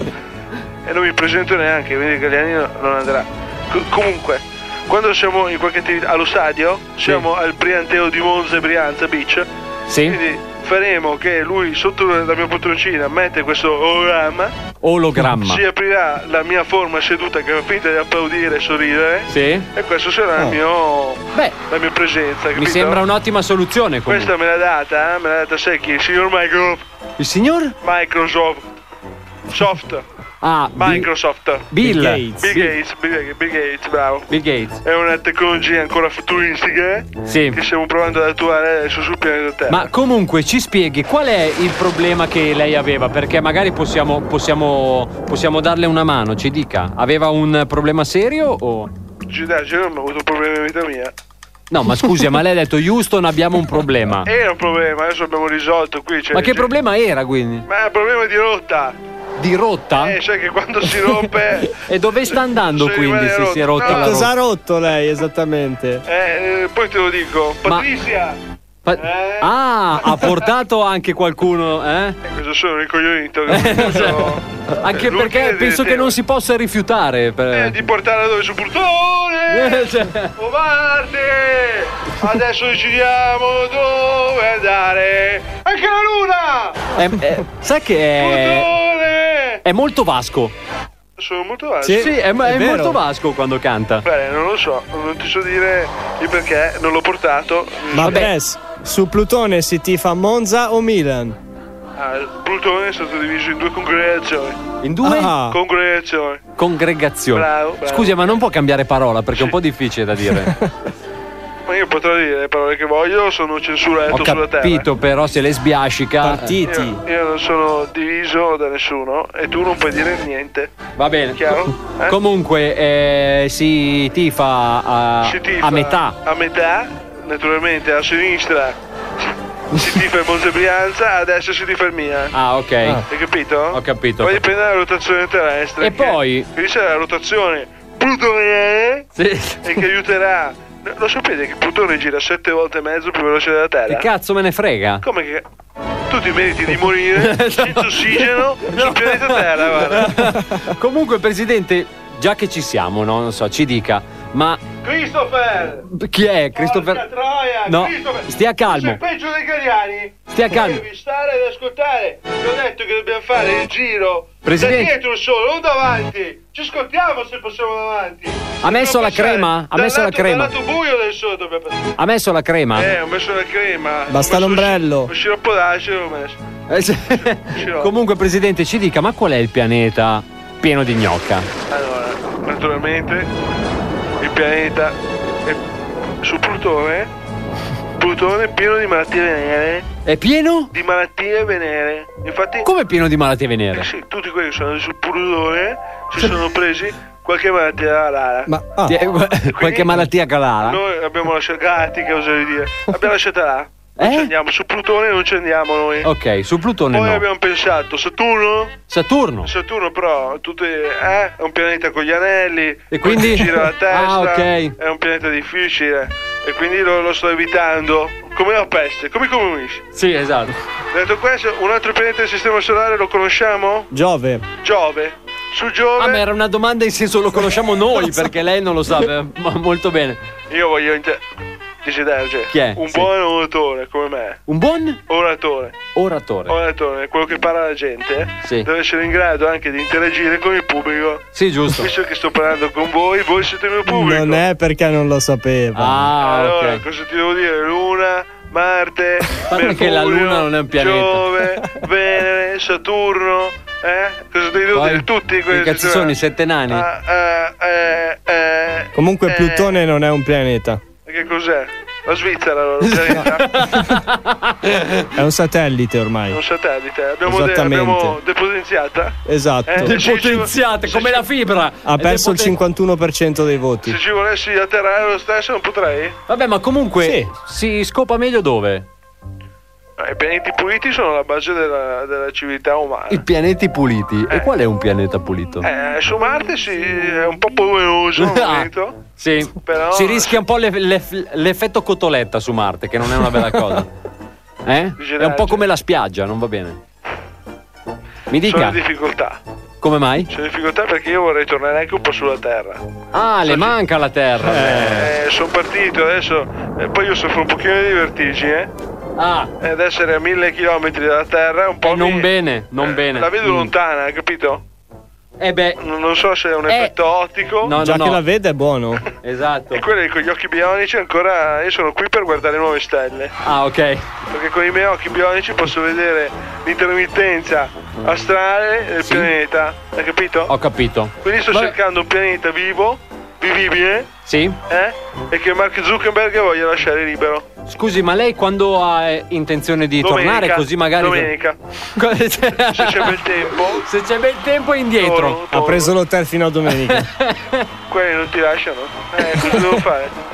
F: E non mi presento neanche, quindi il Cariani no- non andrà. Co- comunque, quando siamo in qualche attività allo stadio, siamo al Brianteo di Monza e Brianza Beach.
G: Sì.
F: Quindi faremo che lui sotto la mia poltroncina mette questo ologramma.
G: Ologramma.
F: Si aprirà la mia forma seduta che ho finito di applaudire e sorridere.
G: Sì.
F: E questo sarà il mio, la mia presenza.
G: Oh. Mi
F: capito?
G: sembra un'ottima soluzione comunque.
F: Questa me l'ha data, eh? me l'ha data sai chi? Il signor Microsoft.
G: Il signor?
F: Microsoft. Soft.
G: Ah, Bi-
F: Microsoft.
G: Bill Gates.
F: Bill Gates, Bill Gates, Bill Gates, bravo.
G: Bill Gates.
F: È una tecnologia ancora futuristica eh?
G: Sì.
F: che stiamo provando ad attuare adesso sul pianeta Terra.
G: Ma comunque ci spieghi qual è il problema che lei aveva? Perché magari possiamo, possiamo, possiamo darle una mano, ci dica. Aveva un problema serio o.
F: Giudagio, non cioè, ho avuto problemi in vita mia.
G: No, ma scusi, ma lei ha detto Houston abbiamo un problema.
F: Era un problema, adesso abbiamo risolto qui. c'è-
G: Ma che
F: c'è-
G: problema era quindi?
F: Ma è un problema di rotta.
G: Di rotta?
F: Eh, sai che quando si rompe...
G: E dove sta andando
F: Se
G: quindi
F: rimane
G: se si è
F: rotto,
G: rotta
F: no.
G: la
I: Cosa ha
G: rotta?
I: rotto lei esattamente?
F: Eh, eh, poi te lo dico. Patrizia! Eh,
G: Pa- Ah, ha portato anche qualcuno, eh?
F: Questo sono ricoglionito. che sono-
G: Anche
F: Eh, l'utile
G: perché
F: delle
G: penso che
F: tele.
G: non si possa rifiutare. per-
F: Eh, di portarla dove? Su
G: Eh, cioè.
F: Plutone! Covarde! Adesso decidiamo dove andare! Anche la luna!
G: Eh, eh, sai che è.
F: Plutone!
G: È molto vasco.
F: Sono molto alto.
G: Sì,
I: eh,
G: è, è molto vasco quando canta.
F: Beh, non lo so, non ti so dire il perché, non l'ho portato.
I: Ma Bess, su Plutone si tifa Monza o Milan?
F: Ah, il Plutone è sottodiviso in due congregazioni.
G: In due? Ah.
F: Congregazioni.
G: Congregazione.
F: Bravo, bravo.
G: Scusi, ma non può cambiare parola perché è un po' difficile da dire.
F: Ma io potrò dire le parole che voglio, sono censurato
G: Ho
F: sulla terra. Eh,
G: capito, però se le sbiascica.
F: Io, io non sono diviso da nessuno e tu non puoi dire niente.
G: Va bene.
F: Chiaro? Eh?
G: Comunque eh, si tifa a,
F: Si tifa
G: a metà.
F: A metà, naturalmente a sinistra si tifa il Monte Brianza, a destra si tifa il Milan.
G: Ah, ok.
F: Hai capito? Ho
G: capito.
F: Poi dipende dalla rotazione terrestre.
G: E
F: che-
G: poi?
F: Qui c'è la rotazione Plutone e che aiuterà. Lo sapete che Plutone gira sette volte e mezzo più veloce della Terra?
G: Che cazzo me ne frega?
F: Come che tu ti meriti di morire senza ossigeno sul pianeta Terra, guarda.
G: Comunque, presidente, già che ci siamo, no? non so, ci dica, ma
F: Christopher!
G: chi è Christopher?
F: Troia!
G: No,
F: Christopher!
G: stia calmo.
F: Sei peggio dei gariani!
G: Stia calmo.
F: Devi stare ad ascoltare! Ti ho detto che dobbiamo fare il giro!
G: Presidente.
F: Da dietro solo, non davanti! Ci ascoltiamo se possiamo davanti!
G: Ha messo la
F: Passare
G: crema? Ha
F: dal
G: messo la
F: lato-
G: crema?
F: Dal lato buio del sole dobbiamo passare!
G: Ha messo la crema?
F: Eh, ho messo la crema!
G: Basta
F: Ho messo
G: l'ombrello.
F: Lo sciroppo d'acero ho messo!
G: Eh, sì. Comunque, presidente, ci dica, ma qual è il pianeta pieno di gnocca?
F: Allora, naturalmente il pianeta è su Plutone. Plutone è pieno di malattie venere.
G: È pieno?
F: Di malattie venere. Infatti,
G: Come è pieno di malattie venere?
F: sì, tutti quelli che sono su Plutone si sono presi qualche malattia rara.
G: Ma
I: ah,
G: eh, qualche malattia calara?
F: Noi abbiamo lasciato gatti, che oserei dire.
G: Oh.
F: Abbiamo lasciato là.
G: Eh?
F: Non ci andiamo su Plutone, non ci andiamo noi.
G: Ok, su Plutone
F: Poi
G: Oh, no.
F: abbiamo pensato Saturno?
G: Saturno.
F: Saturno però tutti- eh, è un pianeta con gli anelli
G: E quindi-
F: gira la testa
G: Ah, ok.
F: è un pianeta difficile e quindi lo, lo sto evitando come la peste come i comunisti
G: Sì, esatto.
F: detto questo un altro pianeta del sistema solare lo conosciamo?
G: Giove.
F: Giove su Giove
G: Ah, ma era una domanda in senso lo conosciamo noi perché lei non lo sa eh, ma molto bene.
F: io voglio inter- desiderio cioè,
G: Chi è?
F: un
G: Sì.
F: buon oratore come me
G: Un buon
F: oratore
G: oratore.
F: oratore quello che parla alla gente
G: Sì.
F: deve essere in grado anche di interagire con il pubblico
G: Sì, giusto.
F: visto che sto parlando con voi voi siete il mio pubblico
I: Non è perché non lo sapeva.
G: Ah,
F: allora, cosa ti devo dire? Luna, Marte,
G: parte che
F: Mercurio,
G: la Luna non è un pianeta.
F: Giove, Venere, Saturno, eh? Cosa ti devo
G: Poi,
F: dire? Tutti
G: che
F: quelli
G: cazzo sono i sette nani?
F: Ah, ah, eh, eh,
I: Comunque
F: eh,
I: Plutone non è un pianeta,
F: Che cos'è? La Svizzera, allora, la pianeta?
I: è un satellite ormai.
F: un satellite. Abbiamo, de-
I: Esattamente.
F: abbiamo depotenziata.
I: Esatto.
F: Eh, se ci-
G: Depotenziata, come la fibra.
I: Ha perso il 51% dei voti.
F: Se ci volessi atterrare lo stesso non potrei?
G: Vabbè, ma comunque si scopa meglio dove?
F: Eh, I pianeti puliti sono la base della, della civiltà umana.
G: I pianeti puliti. E qual è un pianeta pulito?
F: Eh, su Marte sì, è un po' polveroso al
G: Ah.
F: momento.
G: Sì,
F: Però-
G: si rischia un po' le- le- l'effetto cotoletta su Marte, che non è una bella cosa. Eh? È un po' come la spiaggia, non va bene.
F: Sono
G: Mi dica,
F: in difficoltà.
G: come mai?
F: Sono in difficoltà perché io vorrei tornare anche un po' sulla Terra.
G: Ah, le manca la Terra.
F: Eh, sono partito adesso, eh, poi io soffro un pochino di vertigine.
G: Ah.
F: Ed essere a mille chilometri dalla Terra è un po'.
G: non
F: mi-
G: bene, non bene.
F: Eh, La vedo
G: Mm.
F: lontana, hai capito?
G: Eh beh. eh.
F: Non, non so se è un effetto ottico.
I: Già che la vede è buono.
G: Esatto.
F: E quelli con gli occhi bionici ancora. Io sono qui per guardare nuove stelle.
G: Ah, ok.
F: Perché con i miei occhi bionici posso vedere l'intermittenza astrale del pianeta. Hai capito?
G: Ho capito.
F: Quindi sto cercando un pianeta vivo, vivibile,
G: Sì?
F: eh? E che Mark Zuckerberg voglia lasciare libero.
G: Scusi, ma lei quando ha eh, intenzione di
F: Domenica,
G: tornare così magari...
F: Domenica.
G: Se
F: c'è bel tempo.
G: Se c'è bel tempo è indietro.
I: Ha preso l'hotel fino a domenica.
F: Quelli non ti lasciano. Eh, cosa devo fare?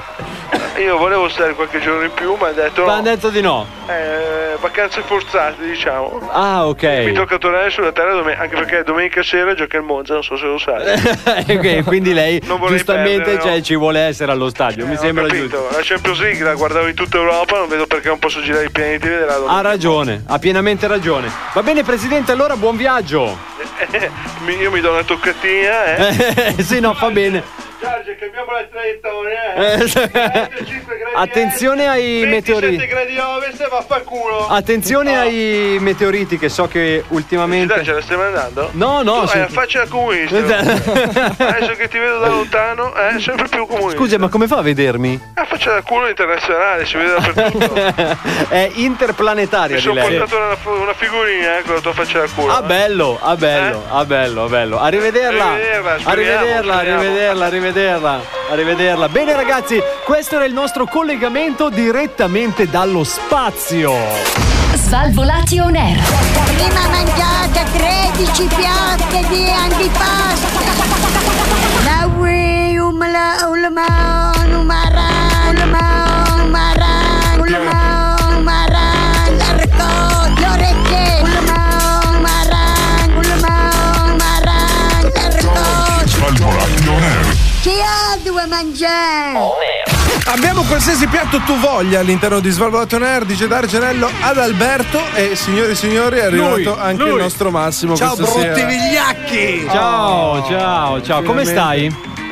F: Io volevo stare qualche giorno in più, ma ha detto.
G: Ma
F: no.
G: ha detto di no.
F: Eh, vacanze forzate, diciamo.
G: Ah, ok.
F: Mi tocca tornare sulla terra domenica, anche perché domenica sera gioca il Monza, non so se lo sai.
G: Ok, Quindi lei
F: Non vorrei
G: giustamente
F: perdere,
G: cioè,
F: no?
G: ci vuole essere allo stadio,
D: Eh,
G: mi sembra giusto.
F: Capito? La Champions League la guardavo in tutta Europa, non vedo perché non posso girare i pianeti e vedere la domenica.
G: Ha ragione, ha pienamente ragione. Va bene Presidente, allora buon viaggio.
F: Mi- Io mi do una toccatina, eh.
G: sì, no, fa bene.
F: Giorgio, che
D: cambiamo la traiettoria.
G: Eh, sì. Attenzione ai
D: 27
G: meteoriti.
D: gradi ovest e vaffanculo.
G: Attenzione ai meteoriti che so che ultimamente.
D: ce la stiamo andando?
G: No, no,
D: Tu hai
G: sì.
F: eh,
D: la faccia da comunista.
G: Esatto.
D: Adesso che ti vedo da lontano, è sempre più comunista.
G: Scusa, ma come fa a vedermi?
D: La faccia da culo internazionale, si vede dappertutto.
G: È interplanetaria
D: Mi
G: di
D: sono
G: lei.
D: portato una, una figurina eh, con la tua faccia da culo.
G: Ah bello, ah bello, ah bello, ah bello. Arrivederla.
D: Eh? Arrivederla, speriamo,
G: arrivederla,
D: speriamo.
G: arrivederla, arrivederla, arrivederla. Bene ragazzi, questo era il nostro collegamento direttamente dallo spazio.
H: Svalvolati on air.
O: Prima mangiate 13 piatte di antipasto. La um, ui umla ulma numara um, ulma numara ulma numara l'arco um, l'orecchie Um, ulma numara ulma numara l'arco.
P: Svalvolati on air.
O: Chi ha due mangiare?
F: Abbiamo qualsiasi piatto tu voglia all'interno di Svalvolato on Air, dice Dario Gianello ad Alberto e signori e signori è arrivato
G: Lui,
F: anche
G: lui.
F: il nostro Massimo
G: Ciao,
F: questa sera.
G: brutti vigliacchi! Ciao, ciao, ciao, come stai?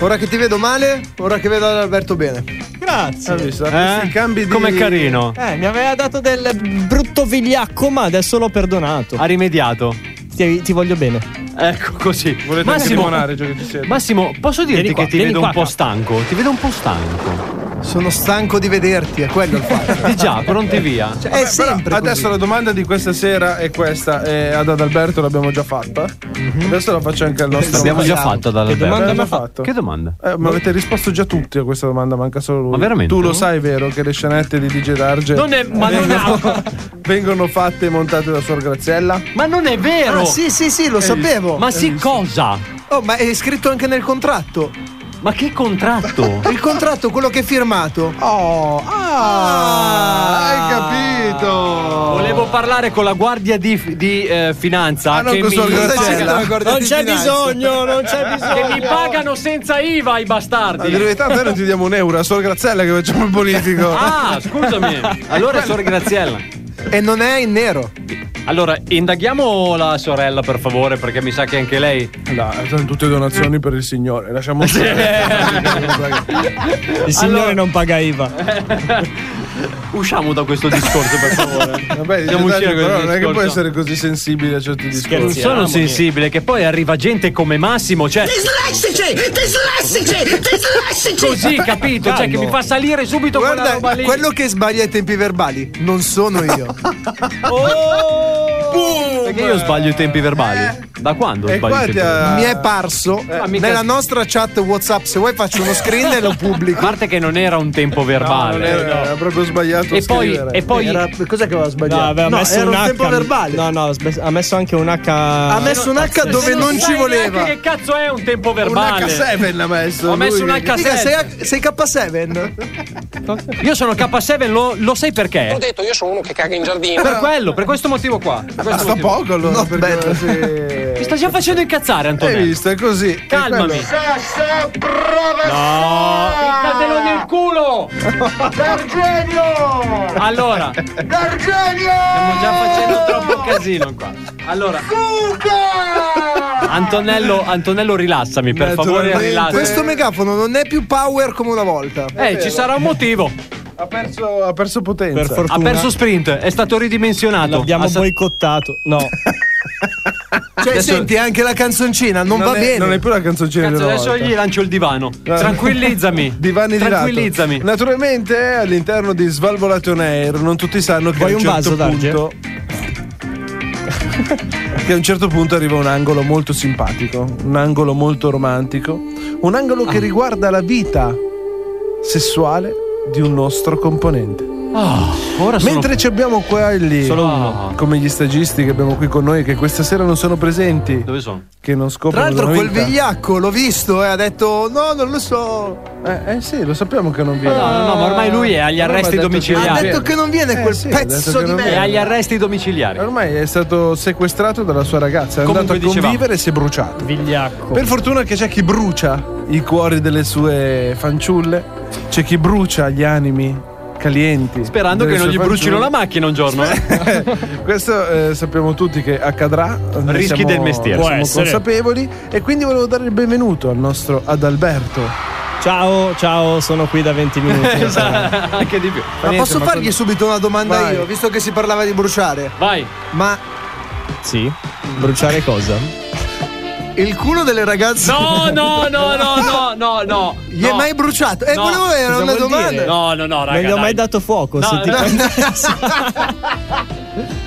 Q: Ora che ti vedo male, ora che vedo Alberto bene.
I: Grazie.
F: Hai visto?
I: Come
F: Questi cambi di-
I: Eh, mi aveva dato del brutto vigliacco, ma adesso l'ho perdonato. Ha
G: rimediato.
I: Ti, ti voglio bene.
G: Ecco così.
F: Volete
G: Massimo-
F: anche limonare, già che ci siete?
G: Massimo, posso dirti
Q: Vieni qua,
G: che ti
Q: vieni
G: vedo
Q: qua,
G: un po'
Q: qua.
G: stanco? Ti vedo un po' stanco.
Q: Sono stanco di vederti, è quello il fatto.
G: Eh già, pronti via.
Q: Cioè,
F: Vabbè,
Q: è
F: però
Q: sempre
F: adesso
Q: così.
F: la domanda di questa sera è questa. eh, ad Adalberto l'abbiamo già fatta.
Q: Mhm.
F: Adesso la faccio anche al nostro.
G: L'abbiamo già fatta dalla
F: L'abbiamo già
G: Che domanda?
F: Eh, ma avete risposto già tutti a questa domanda, manca solo lui.
G: Ma veramente?
F: Tu lo sai, vero, che le scenette di DJ Darge
G: Non è- ma non
F: vengono, vengono fatte e montate da Suor Graziella?
G: Ma non è vero!
Q: Ah, sì, sì, sì, lo
F: Hai
Q: sapevo.
F: visto? Eh, Ma sì,
G: cosa?
Q: Oh, ma è scritto anche nel contratto.
G: Ma che contratto?
Q: Il contratto, quello che è firmato. Oh, ah, hai capito.
G: Volevo parlare con la guardia di, di, eh, finanza
Q: Ah, non
G: che
Q: con
G: mi
Q: sua Graziella.
G: paga-
Q: La guardia Non di c'è finanza. bisogno, non c'è
G: Che mi
Q: bisogno.
G: pagano senza IVA i
F: Ma
G: bastardi.
F: in verità noi non ti diamo un euro, a Suor Graziella che facciamo il politico.
G: Ah, scusami. Allora, Sor Graziella.
Q: E non è in nero.
G: Allora, indaghiamo la sorella, per favore, perché mi sa che anche lei.
F: No, sono tutte donazioni per il signore, lasciamo
I: Il signore non paga IVA.
G: Usciamo da questo discorso, per favore.
F: Vabbè,
G: Dobbiamo
F: dice, dai,
G: uscire con
F: però non
G: il
F: è che
G: discorso.
F: puoi essere così sensibile a certi
G: Non
F: discorsi.
G: sono sensibile, che poi arriva gente come Massimo, cioè.
J: Dislessici, dislessici, dislessici.
G: Così, capito? Cioè, che mi fa salire subito quella
Q: Guarda,
G: roba lì.
Q: quello che sbaglia i tempi verbali non sono io.
G: Oh! Perché io sbaglio i tempi
Q: Eh.
G: verbali. Da quando
F: eh,
Q: E
G: sbaglio i
Q: qua
G: tempi
Q: ti ha-
G: verbali?
Q: mi è parso eh,
G: mica-
Q: nella nostra chat WhatsApp. Se vuoi, faccio uno screen e lo pubblico.
G: A parte che non era un tempo verbale.
F: non era, era proprio sbagliato.
G: E poi-
F: scrivere.
G: e poi- Ah, Era-
Q: cos'è che aveva
I: No, aveva messo
Q: era
I: un,
Q: un
I: H.
Q: tempo verbale.
I: No, no, sbe- ha messo anche un H. Eh.
Q: Ha messo un H dove non ci voleva.
G: Che cazzo è un tempo verbale?
Q: Un H7
F: l'ha messo.
G: Ho messo
Q: lui.
G: un H7.
Q: Mica, sei, sei
F: Ah,
Q: K7?
G: Io sono K7, lo, lo sai perché?
R: detto, io sono uno che caga in giardino.
G: Per quello, per questo motivo qua. Per
Q: Ah,
G: questo
F: Basta
G: motivo.
F: poco allora.
Q: No,
F: perché-
Q: bello.
F: sì.
G: Mi sta già facendo incazzare, Antonio.
F: Hai visto, è così. è
G: Calmami.
F: quello.
J: Sassa
G: No, ficcatelo nel culo!
J: D'Argenio!
G: Allora,
J: D'Argenio!
G: stiamo già facendo troppo casino qua. Allora,
J: Fuga!
G: Antonello, Antonello rilassami, per favore,
Q: Naturalmente.
G: rilassami.
Q: Questo megafono non è più power come una volta.
G: Eh, ci sarà un motivo.
F: Ha perso, ha perso potenza.
I: Per fortuna.
G: Ha perso sprint, è stato ridimensionato.
I: L'abbiamo
G: Ha sa-
I: boicottato. No.
Q: Cioè,
G: Adesso-
Q: senti, anche la canzoncina non,
F: Non
Q: va
F: è-
Q: bene.
F: Non è più la canzoncina
G: Cazzo,
F: della
G: adesso
F: volta. Eh.
G: gli lancio il divano. Tranquillizzami.
F: Divani di lato.
G: Tranquillizzami.
F: Naturalmente eh, all'interno di Svalvolate on Air non tutti sanno che
I: Vuoi
F: a un,
I: un
F: certo
I: vaso, Darge?
F: punto che a un certo punto arriva un angolo molto simpatico, un angolo molto romantico, un angolo che riguarda la vita sessuale di un nostro componente.
G: Ah, ora sono...
F: Mentre ci abbiamo quelli
G: Solo uno.
F: come gli stagisti che abbiamo qui con noi che questa sera non sono presenti,
G: Dove sono?
F: che non
Q: Tra
F: scoprono
Q: l'altro,
F: la
Q: quel
F: vita.
Q: vigliacco l'ho visto e ha detto: No, non lo so.
F: Eh, eh sì, lo sappiamo che non viene.
G: No, no, no, ma ormai lui è agli
F: Ormai
G: arresti
F: ha detto che
G: domiciliari.
F: non
Q: Ha
G: Ah,
F: viene.
Q: detto che non viene
F: Eh,
Q: quel
F: sì, ha detto
Q: pezzo
F: che
Q: di
F: non
G: E
F: viene.
Q: merda.
G: Eh, agli arresti domiciliari.
F: Eh, Ormai è stato sequestrato dalla sua ragazza, è
G: Comunque
F: andato a
G: dicevamo.
F: convivere e si è bruciato.
I: Vigliacco.
F: Per fortuna che c'è chi brucia i cuori delle sue fanciulle, c'è chi brucia gli animi calienti.
G: Sperando
F: delle
G: che non
F: sue
G: gli brucino
F: fanciulle.
G: la macchina un giorno. eh.
F: Questo eh, sappiamo tutti che accadrà. Ne
G: Rischi
F: siamo-
G: del mestiere. Può
F: Siamo
G: essere.
F: consapevoli. E quindi volevo dare il benvenuto al nostro Adalberto.
I: Ciao, ciao, sono qui da 20 minuti.
Q: Esatto.
G: Anche di più.
Q: Ma posso fargli subito una domanda
I: Vai.
Q: io, visto che si parlava di bruciare?
G: Vai.
Q: Ma
I: Sì. Bruciare cosa?
Q: il culo delle ragazze.
G: No, no, no, no, no, no, no.
Q: Gli è mai bruciato? Eh, volevo- era
G: Cosa
Q: una
G: vuol
Q: domanda.
G: dire? No, no, no, raga.
I: Non gli ho
G: dai.
I: mai dato fuoco.
G: No,
I: se ti
G: no.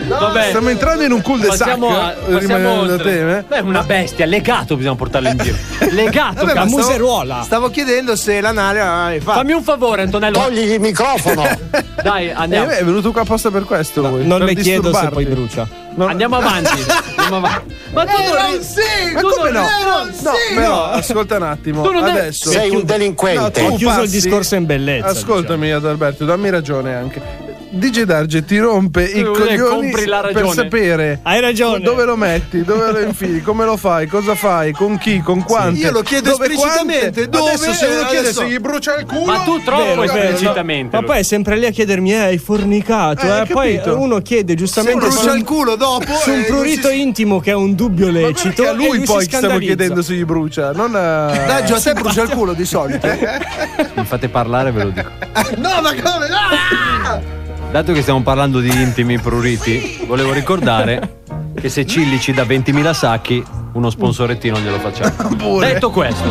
G: Vabbè.
F: Stiamo entrando Eh, in un cul de sac. eh,
G: Passiamo, a, passiamo
F: rimanendo da
G: oltre.
F: te, eh?
G: Beh, una bestia, legato bisogna portarlo in giro. Legato,
Q: Vabbè, ma
G: cazzo.
Q: stavo- Stavo chiedendo se l'anale l'ha mai fatto.
G: Fammi un favore, Antonello. Togli
Q: il microfono.
G: Dai, andiamo.
F: Eh, beh, è venuto qua apposta per questo. lui,
I: non
F: per
I: le chiedo se
F: disturbarti.
I: poi brucia.
G: Andiamo avanti. Andiamo avanti. Ma tu
Q: Era
G: non
Q: un sì,
F: Eh, Ma come no?
Q: era un
F: No,
Q: sì.
F: però, ascolta un attimo.
Q: Tu non devi-
F: Adesso
Q: Sei un delinquente.
F: tu
Q: Ho chiuso il
F: passi-
I: discorso in bellezza,
F: Ascoltami, Adalberto, dammi ragione anche. DJ Darge ti rompe i
I: Tu le
F: coglioni
I: compri la
F: per
I: ragione.
F: sapere
I: Hai ragione.
F: dove lo metti, dove lo infili, come lo fai, cosa fai, con chi, con quanti.
Q: Io lo chiedo
F: dove
Q: esplicitamente,
F: quante.
Q: dove? Eh,
F: Adesso se uno
Q: Adesso-
F: chiede se gli brucia il culo.
G: Ma tu troppo
F: Vero, vero,
G: esplicitamente.
I: Ma poi è sempre lì a chiedermi, eh, hai fornicato.
F: Eh,
I: Eh,
F: hai
I: poi
F: capito?
I: uno chiede giustamente.
Q: Se brucia
I: su un-
Q: il culo dopo,
I: Su
Q: eh,
I: un
Q: non
I: prurito intimo che è un dubbio lecito.
F: Perché a
I: e
F: lui,
I: si
F: poi stavo
I: scandalizza.
F: chiedendo se gli brucia, non a.
Q: Daggio, a te brucia il culo di solito.
G: Mi fate parlare, ve lo dico.
Q: no, ma come? Ah!
G: Dato che stiamo parlando di intimi pruriti, volevo ricordare che se Cilli ci dà 20.000 sacchi, uno sponsorettino glielo facciamo.
F: Pure.
G: Detto questo,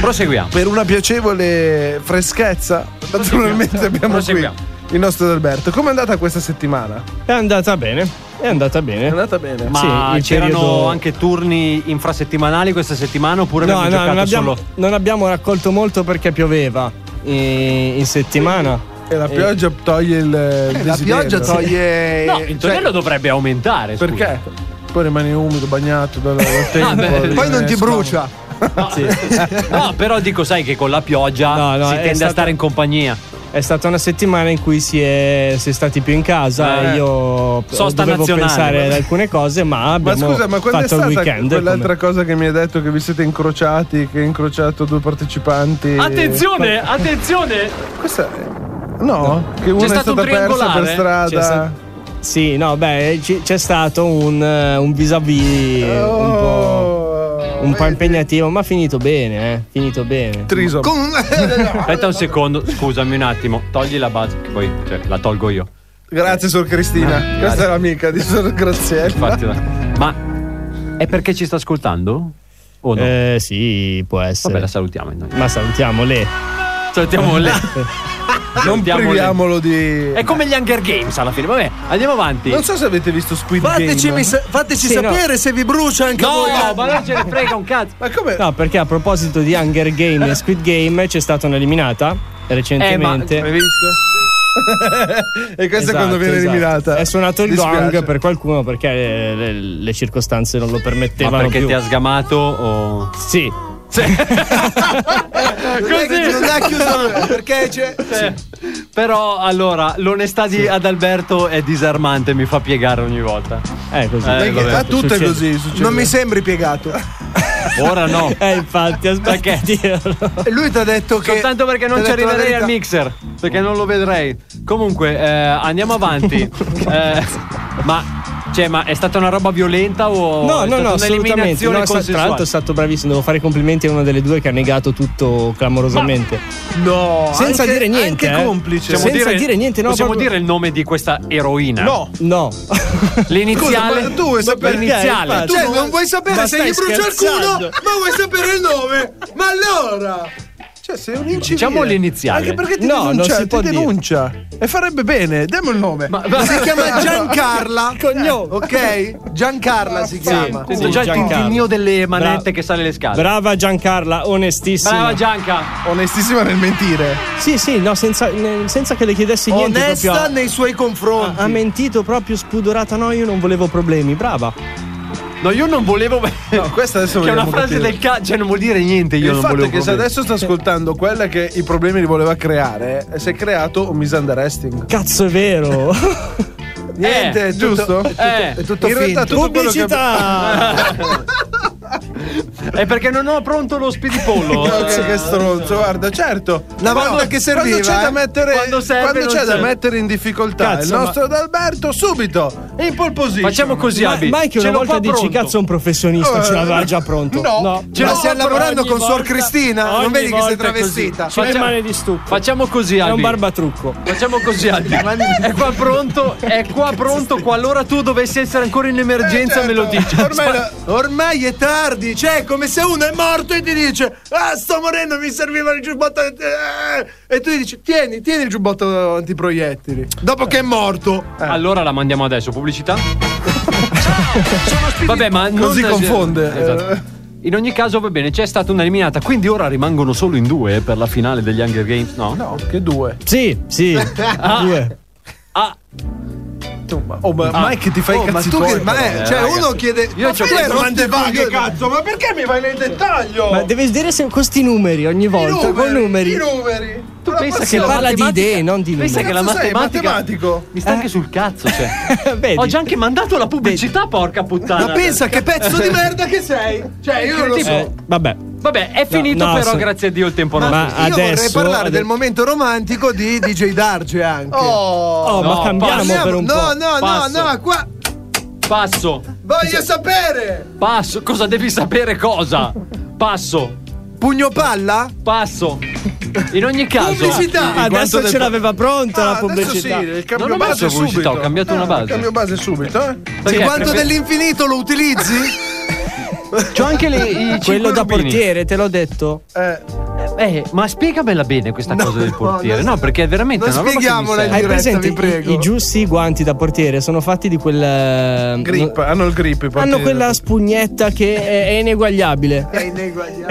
G: proseguiamo.
F: per una piacevole freschezza. Naturalmente abbiamo qui
G: Proseguiamo.
F: il nostro Alberto. Com'è andata questa settimana?
I: È andata bene. È andata bene. È
F: andata bene.
G: Ma
I: Sì, il
G: c'erano
I: periodo-
G: anche turni infrasettimanali questa settimana oppure
I: No,
G: abbiamo
I: no,
G: giocato
I: non abbiamo,
G: solo
I: non abbiamo raccolto molto perché pioveva eh, in settimana.
F: E la pioggia toglie il. eh, il
Q: Eh. La
F: desiderio.
Q: pioggia
I: Eh,
Q: toglie. cioè
G: No,
I: cioè-
G: il tornello dovrebbe aumentare. scusa.
F: Perché? Poi rimani umido, bagnato dal dal tempo.
G: beh,
Q: Ah, Poi non ti
F: scomodo.
Q: brucia.
G: No, però dico, sai che con la pioggia
I: No, no,
G: si
I: è
G: tende a
I: stata-
G: stare in compagnia.
I: È stata una settimana in cui si è, si è stati più in casa.
G: Eh.
I: Io
G: Sosta
I: dovevo
G: nazionale.
I: pensare ad alcune cose, ma
F: Ma
I: abbiamo
F: scusa, ma quando è
I: fatto il
F: stata
I: weekend.
F: quell'altra cosa che mi hai detto che vi siete incrociati, che hai incrociato due partecipanti?
I: Eh,
G: Attenzione, attenzione!
F: Questa è- No, che una è
G: stato un
F: stata persa per
G: triangolare?
I: C'è
F: strada.
I: sta- Sì, no, beh, ci- c'è stato un, eh, un vis-à-vis eh, un
F: Oh.
I: po', un po'
F: eh,
I: impegnativo, ma finito bene, eh, finito bene.
F: Trisom.
G: Aspetta un secondo, scusami un attimo, togli la base, che poi cioè, la tolgo io.
F: Grazie, Sor Cristina.
G: Ah,
F: Questa
G: grazie.
F: è l'amica di Sor Graziella.
G: Infatti, ma è perché ci sta ascoltando? O no?
I: Eh, sì, può essere.
G: Vabbè, la salutiamo. Noi.
I: Ma salutiamo le.
G: Salutiamo le.
F: non
G: Salutiamo le.
F: Ah, priviamolo di.
G: È come gli Hunger Games alla fine. Vabbè, andiamo avanti.
F: Non so se avete visto Squid
Q: Fateci,
F: Game.
Q: mi sa- fateci
I: Sì, no.
Q: sapere se vi brucia anche
G: No,
Q: voi.
G: ma non ce ne frega un cazzo.
F: Ma come?
I: No, perché a proposito di Hunger Game e Squid Game c'è stata
F: Eh,
I: un'eliminata recentemente.
G: Eh, ma-
F: e questa è
I: Esatto,
F: quando viene
I: esatto.
F: eliminata.
I: È suonato il
F: Dispiace.
I: gong per qualcuno perché le, le- le circostanze non lo permettevano
G: Ma perché
I: più.
G: ti ha sgamato o...
I: Sì.
Q: Non è che
G: Così.
Q: non è chiuso perché c'è.
G: Eh, Però allora l'onestà di Adalberto è disarmante, mi fa piegare ogni volta.
I: È così.
G: Eh,
F: Perché
G: vabbè.
F: fa tutto è
I: Succede.
F: così. succede.
Q: Non mi sembri piegato.
G: Ora no.
I: Eh, infatti, aspetta
G: Perché?
I: a dirlo.
Q: E lui ti ha detto che.
G: Soltanto perché non
Q: t'ha
G: ci
Q: detto la
G: arriverei
Q: verità.
G: al mixer, perché non lo vedrei. Comunque, eh, andiamo avanti. Eh, ma, cioè, ma è stata una roba violenta o
I: No,
G: è stata
I: no, no, assolutamente.
G: un'eliminazione
I: No, è sta- tra l'altro è
G: consensuale?
I: stato bravissimo. Devo fare i complimenti a una delle due che ha negato tutto clamorosamente.
F: No,
I: Senza
F: anche-
I: dire niente,
F: Anche
I: eh.
F: complice.
I: Siamo- senza dire niente, no,
G: Possiamo
I: proprio-
G: dire il nome di questa eroina?
F: No.
I: No.
G: L'iniziale?
F: Scusa, ma tu vuoi sapere-
G: L'iniziale.
I: Perché, infatti?
Q: Cioè,
I: Tu
Q: non vuoi sapere
I: ma
Q: se gli
I: stai
Q: brucia il culo,
I: scherzando?
Q: ma vuoi sapere il nome. Ma allora.
F: Cioè, sei un incivile.
G: Diciamo l'iniziale.
F: Anche perché ti
I: No, non
F: denuncia,
I: si può
F: ti
I: dire.
F: denuncia. E farebbe bene, dammi il nome. Ma,
Q: Si chiama Giancarla.
I: Cognome.
Q: Ok? Giancarla si chiama.
G: Sento
I: Sì,
G: già il
I: Giancarlo.
G: tintinnio delle manette
I: Bra-
G: che sale le scale.
I: Brava Giancarla, onestissima.
G: Brava Gianca.
F: Onestissima nel mentire.
I: Sì, sì, no, senza, ne- senza che le chiedessi niente. proprio Ah,
Q: Onesta
I: ha-
Q: nei suoi confronti.
I: ha mentito proprio spudorata. No, io non volevo problemi. Brava.
G: No, io non volevo.
F: No, questa adesso
G: che è una
F: vogliamo
G: frase
F: capire.
G: del cazzo. Cioè, non vuol dire niente. Io
F: il
G: non
F: fatto
G: volevo.
F: è che se
G: problemi.
F: adesso sta ascoltando quella che i problemi li voleva creare, eh, si è creato un misunderstanding.
I: Cazzo, è vero.
F: Niente,
G: Eh,
F: è giusto?
G: eh.
F: È tutto In realtà tutto quello che
I: Pubblicità.
G: È perché non ho pronto lo spedipollo.
F: No, che, che stronzo, guarda, certo.
G: Una volta che serviva,
F: Quando c'è da
G: eh.
F: mettere,
G: Quando serve,
F: quando
G: non
F: c'è da
G: serve.
F: mettere in difficoltà
G: Cazzo,
F: il
G: ma-
F: nostro D'Alberto, subito, in pole position.
G: Facciamo così,
I: Ma, Mike una volta dici cazzo un professionista
F: Eh,
I: ce l'aveva già pronto.
F: no. Cioè,
G: Ce
I: Ma
G: l'ho
I: stiamo
G: qua
I: lavorando
G: pronto.
I: con Suor Cristina? Non
G: ogni
I: vedi che sei
G: volta è così.
I: travestita? Ci
G: Facciamo-
I: rimane di stupro.
G: Facciamo così,
I: È
G: Albi.
I: un barbatrucco.
G: Facciamo così, Albi. È qua pronto, è qua pronto. Qualora tu dovessi essere ancora in
F: Eh, certo.
G: emergenza, me lo dici.
Q: Ormai, ormai è tardi, cioè è come se uno è morto e ti dice Ah, sto morendo, mi serviva il giubbotto eh, E tu gli dici, tieni, tieni il giubbotto antiproiettili
G: Eh.
Q: Dopo che è morto
F: Eh.
G: Allora la mandiamo adesso, pubblicità? Vabbè, ma non
F: Così confonde.
G: Esatto. In ogni caso va bene, c'è stata un'eliminata, quindi ora rimangono solo in due eh, per la finale degli Hunger Games, no? No,
F: che due.
I: Sì, sì. eh.
G: Ah.
I: Due.
F: Tu, ma- Oh, ma
I: Ah.
F: Mike ti fai
I: Oh,
F: i
I: ma
F: cazzi
I: tu che-
F: tuoi,
I: ma
Q: eh,
I: è-
F: però.
I: cioè,
F: ragazzi.
I: uno chiede-
F: Io
I: ma
F: c'ho
I: perché
F: chiesto tutti
I: domande
F: i
I: vaghe,
F: coglioni?
I: cazzo?
F: Ma perché mi vai nel dettaglio?
I: Ma devi vedere se questi numeri ogni volta. con numeri.
F: numeri. Tu
I: pensa che la matematica-
G: Pensa che la matematica mi sta
I: Eh.
G: anche sul cazzo, cioè. Ho già anche mandato la pubblicità, porca puttana.
Q: Ma pensa che pezzo di merda che sei Cioè io non lo so
G: Eh,
I: vabbè.
G: Vabbè, è finito
I: no,
G: però,
I: se-
G: grazie a Dio, il tempo non
I: Ma
G: è
Q: Io vorrei parlare del momento romantico di DJ Darge anche. Oh,
G: Oh, ma No, cambiamo passo. per un
Q: no,
G: po'.
Q: No, no,
G: Passo.
Q: no, qua
G: Passo,
Q: voglio sapere.
G: passo, cosa devi sapere cosa? Passo.
Q: Pugno palla?
G: Passo. In ogni caso...
I: Pubblicità.
G: Il guanto
I: Adesso
G: del-
I: ce l'aveva pronta
F: Ah,
I: la pubblicità.
G: Non ho messo pubblicità, ho cambiato una base.
F: Cambio base subito, eh.
G: Perché
Q: Il guanto
G: prefer-
Q: dell'infinito lo utilizzi?
G: C'ho anche le, i
I: Quello
G: cinque
I: da
G: rubini.
I: portiere, te l'ho detto.
G: Eh, ma spiegamela bene questa cosa del portiere. No,
I: no,
G: perché è veramente
I: Non
G: una roba che mi
I: spieghiamola in
G: serve.
I: diretta, vi prego. I giusti guanti da portiere sono fatti di quel eh,
F: Grip, hanno il grip. i
I: Hanno
F: portieri.
I: quella spugnetta che è, è ineguagliabile.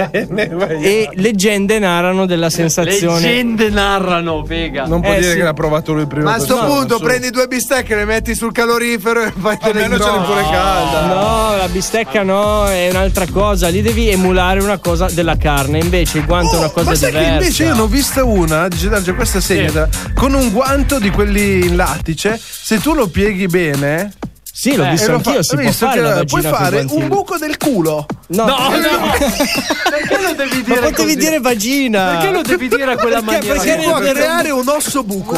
I: E leggende narrano della sensazione.
G: Leggende narrano, Vega.
F: Non può
I: Eh,
F: dire
I: sì.
F: che l'ha provato lui prima.
Q: Ma a sto
F: persona,
Q: punto
F: su.
Q: prendi due bistecche, le metti sul calorifero e fai te le
F: Almeno ce l'hai pure calda.
I: No, la bistecca no, è un'altra cosa. Lì devi emulare una cosa della carne. Invece il guanto è una cosa
F: Oh, Ma sai
I: diversa.
F: che invece io ne ho vista una, dice Darge, questa segnata, con un guanto di quelli in lattice, se tu lo pieghi bene...
I: Sì, l'ho visto
F: Eh, e lo
I: anch'io, si
F: ho
I: può
F: visto
I: fare
F: che
I: la
F: Puoi
I: vagina coi
F: fare un
I: guantini.
F: buco del culo.
I: No,
F: No,
I: no.
G: Perché lo devi
I: Ma
G: dire
I: potevi
G: così?
I: dire vagina.
G: Perché lo devi dire a quella
I: Perché-
G: maniera?
I: perché
G: lì?
I: può creare
Q: un osso buco.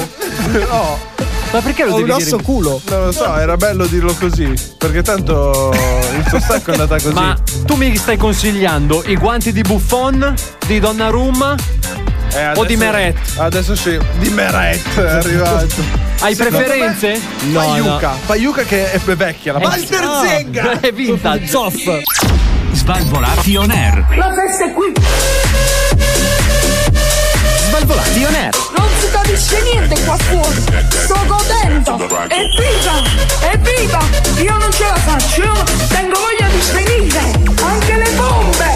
F: no.
G: Ma perché lo
F: Ho
G: devi
F: un
G: dire?
F: osso
I: culo.
F: Non lo so, era bello dirlo così, perché tanto il suo sacco è andata così.
G: Ma tu mi stai consigliando i guanti di Buffon, di Donnarumma
F: Eh,
G: o di Meret?
F: Adesso sì, di Meret è arrivato.
G: Hai preferenze?
F: No,
G: No, Eh,
F: Paiuca.
G: no.
F: Paiuca che è vecchia. La
G: Walter Zenga! È vintage.
I: Zoff.
E: Svalvolati on air.
J: La festa è qui!
E: Svalvolati on air.
J: Non si capisce niente qua fuori! Sto godendo! Evviva! Evviva! Io non ce la faccio! Io tengo voglia di svenire! Anche le bombe!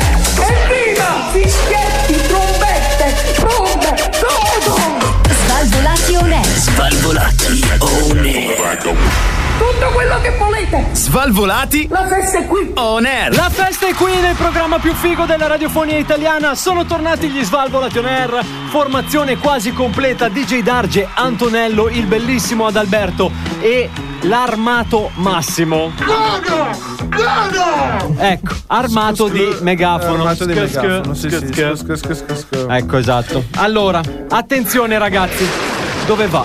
J: Evviva! Fischietti, trombette, bombe, godo!
H: Svalvolati on air.
J: Svalvolati on Tutto quello che volete!
E: Svalvolati.
J: La festa è qui!
E: On air.
G: La festa è qui nel programma più figo della radiofonia italiana. Sono tornati gli Svalvolati on Air. Formazione quasi completa: DJ Darge, Antonello, il bellissimo Adalberto e l'armato Massimo. Ecco, armato di megafono.
F: Armato Eh, di
G: Sc-
F: megafono. Sì,
G: sc-
F: sì, scu-
G: sc-
F: scu- scu- scu- scu-
G: Ecco, esatto. Allora, attenzione ragazzi. Dove va?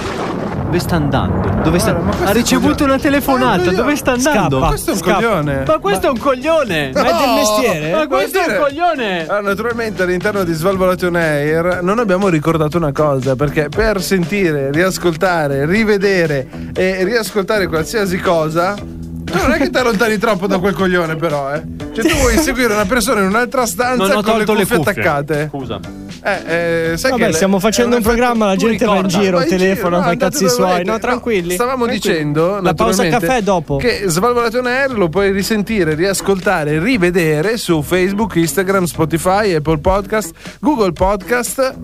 G: Dove sta andando? Dove sta... Ha ricevuto una telefonata. Dove sta andando?
F: Eh, Scappa, Questo è un coglione.
G: Ma questo è un coglione.
F: Ma è del mestiere?
G: Ma questo è un
F: Vuol dire-
G: coglione.
F: Ah, naturalmente all'interno di Svalvolation Air non abbiamo ricordato una cosa, perché per sentire, riascoltare, rivedere e riascoltare qualsiasi cosa, tu non è che ti allontani troppo da quel coglione però, eh. Cioè tu vuoi seguire una persona in un'altra
G: Non
F: stanza
G: ho
F: con le
G: tolto
F: cuffie,
G: le cuffie
F: attaccate.
G: Scusa.
F: Eh, eh, sai
I: Vabbè,
F: che le-
I: stiamo
F: è
I: facendo un
F: effetto-
I: programma, la
F: tu
I: gente va in
F: ricorda,
I: giro,
F: vai in giro,
I: telefona,
F: no,
I: fa i
F: andate
I: cazzi
F: dove
I: suoi.
F: volete.
I: No, tranquilli.
F: Stavamo
I: Tranquilli.
F: dicendo
I: La pausa
F: naturalmente,
I: caffè è dopo.
F: Che Svalvolato on Air lo puoi risentire, riascoltare, rivedere su Facebook, Instagram, Spotify, Apple Podcast, Google Podcast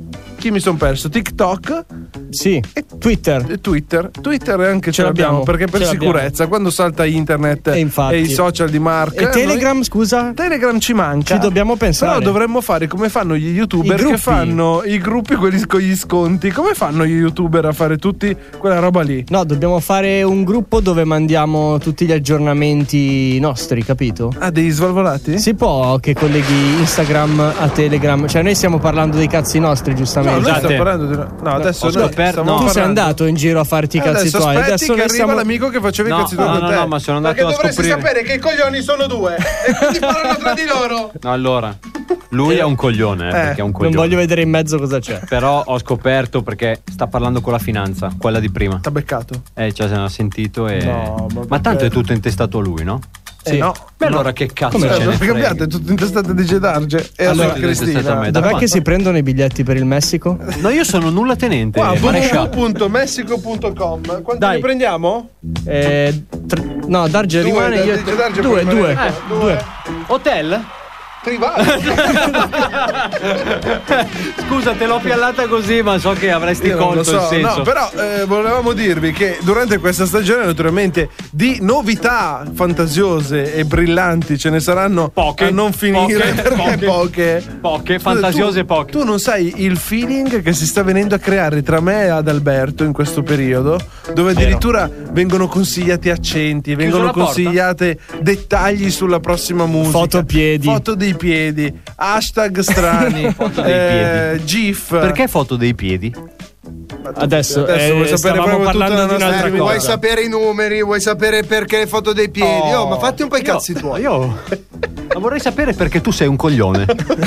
F: chi mi sono perso? TikTok?
I: Sì.
F: E
I: Twitter.
F: E Twitter. Twitter anche ce,
I: Ce
F: l'abbiamo,
I: l'abbiamo,
F: perché per
I: ce l'abbiamo.
F: sicurezza, quando salta internet e,
I: infatti.
F: i social di Mark. eh,
I: E Telegram, scusa?
F: Telegram ci manca.
I: Ci dobbiamo pensare.
F: Però dovremmo fare come fanno gli
I: I
F: youtuber
I: gruppi.
F: che fanno i gruppi quelli con gli sconti. Come fanno gli youtuber a fare tutti quella roba lì?
I: No, dobbiamo fare un gruppo dove mandiamo tutti gli aggiornamenti nostri, capito?
F: Ah, dei svalvolati?
I: Si può che colleghi Instagram a Telegram. Cioè, noi stiamo parlando dei cazzi nostri,
F: No,
I: giustamente.
F: noi stiamo parlando di. No, adesso
I: Ho
F: noi
I: scoperto-
F: stiamo
I: tu sei
F: parlando-
I: andato in giro a farti i
F: Eh, Adesso
I: cazzi tuoi.
F: aspetti
I: Adesso
F: che
I: noi
F: arriva
I: siamo.
F: l'amico che faceva i
G: No,
F: cazzi tuoi
G: no,
F: con
G: no,
F: te.
G: no, ma sono andato
F: Perché
G: a
F: dovresti
G: scoprire.
F: sapere che i coglioni sono due e quindi parlano tra di loro.
G: No, allora, lui è un coglione, eh, perché è un
I: non
G: coglione.
I: voglio vedere in mezzo cosa c'è.
G: Però ho scoperto perché sta parlando con la finanza, quella di prima.
F: T'ha beccato.
G: Eh, cioè, se ne ha sentito e.
F: No, ma
G: ma,
F: perché?
G: tanto è tutto intestato a lui, no?
F: Sì. Eh, no.
G: Beh, allora che cazzo
F: Come
G: ce ne
F: perché
G: frega?
F: abbiate tutto intestato di Gedarge e allora,
G: Allora, intestato a
F: Cristina.
G: me, da
I: Dov'è
G: quanto?
I: che si prendono i biglietti per il Messico?
G: No, io sono nulla tenente.
F: Qua
G: maresciallo.
F: www.messico.com. Quanto
I: Dai.
F: ne prendiamo?
I: Eh, tre- no, Darge
F: Due,
I: rimane.
F: Darge,
I: io e te-
F: Darge
I: due,
F: poi
I: due.
F: Marenco.
I: Eh,
F: Due.
I: due.
G: Hotel? Scusa, te l'ho piallata così, ma so che avresti
F: Io non
G: colto
F: lo
G: il
F: so,
G: senso.
F: no, però eh, volevamo dirvi che durante questa stagione, naturalmente, di novità fantasiose e brillanti ce ne saranno poche, a non finire
G: poche,
F: perché
G: poche,
F: poche.
G: poche,
F: Scusa,
G: fantasiose
F: tu-
G: poche.
F: Tu non sai il feeling che si sta venendo a creare tra me e Adalberto in questo periodo, dove addirittura vengono consigliati accenti, vengono
G: la porta?
F: consigliate dettagli sulla prossima musica,
I: Foto piedi.
F: foto dei piedi, hashtag strani,
G: Foto dei
F: eh, GIF.
G: Perché foto dei piedi?
F: Adesso
I: Adesso, eh,
F: vuoi sapere
I: stavamo
F: proprio tutta
I: parlando
F: la
I: di
F: nostra
I: un'altra
F: vita.
I: cosa.
Q: Vuoi sapere i numeri, vuoi sapere perché le foto dei piedi. Oh, ma fatti un po' i cazzi tuoi.
G: Io. Ma vorrei sapere perché tu sei un coglione.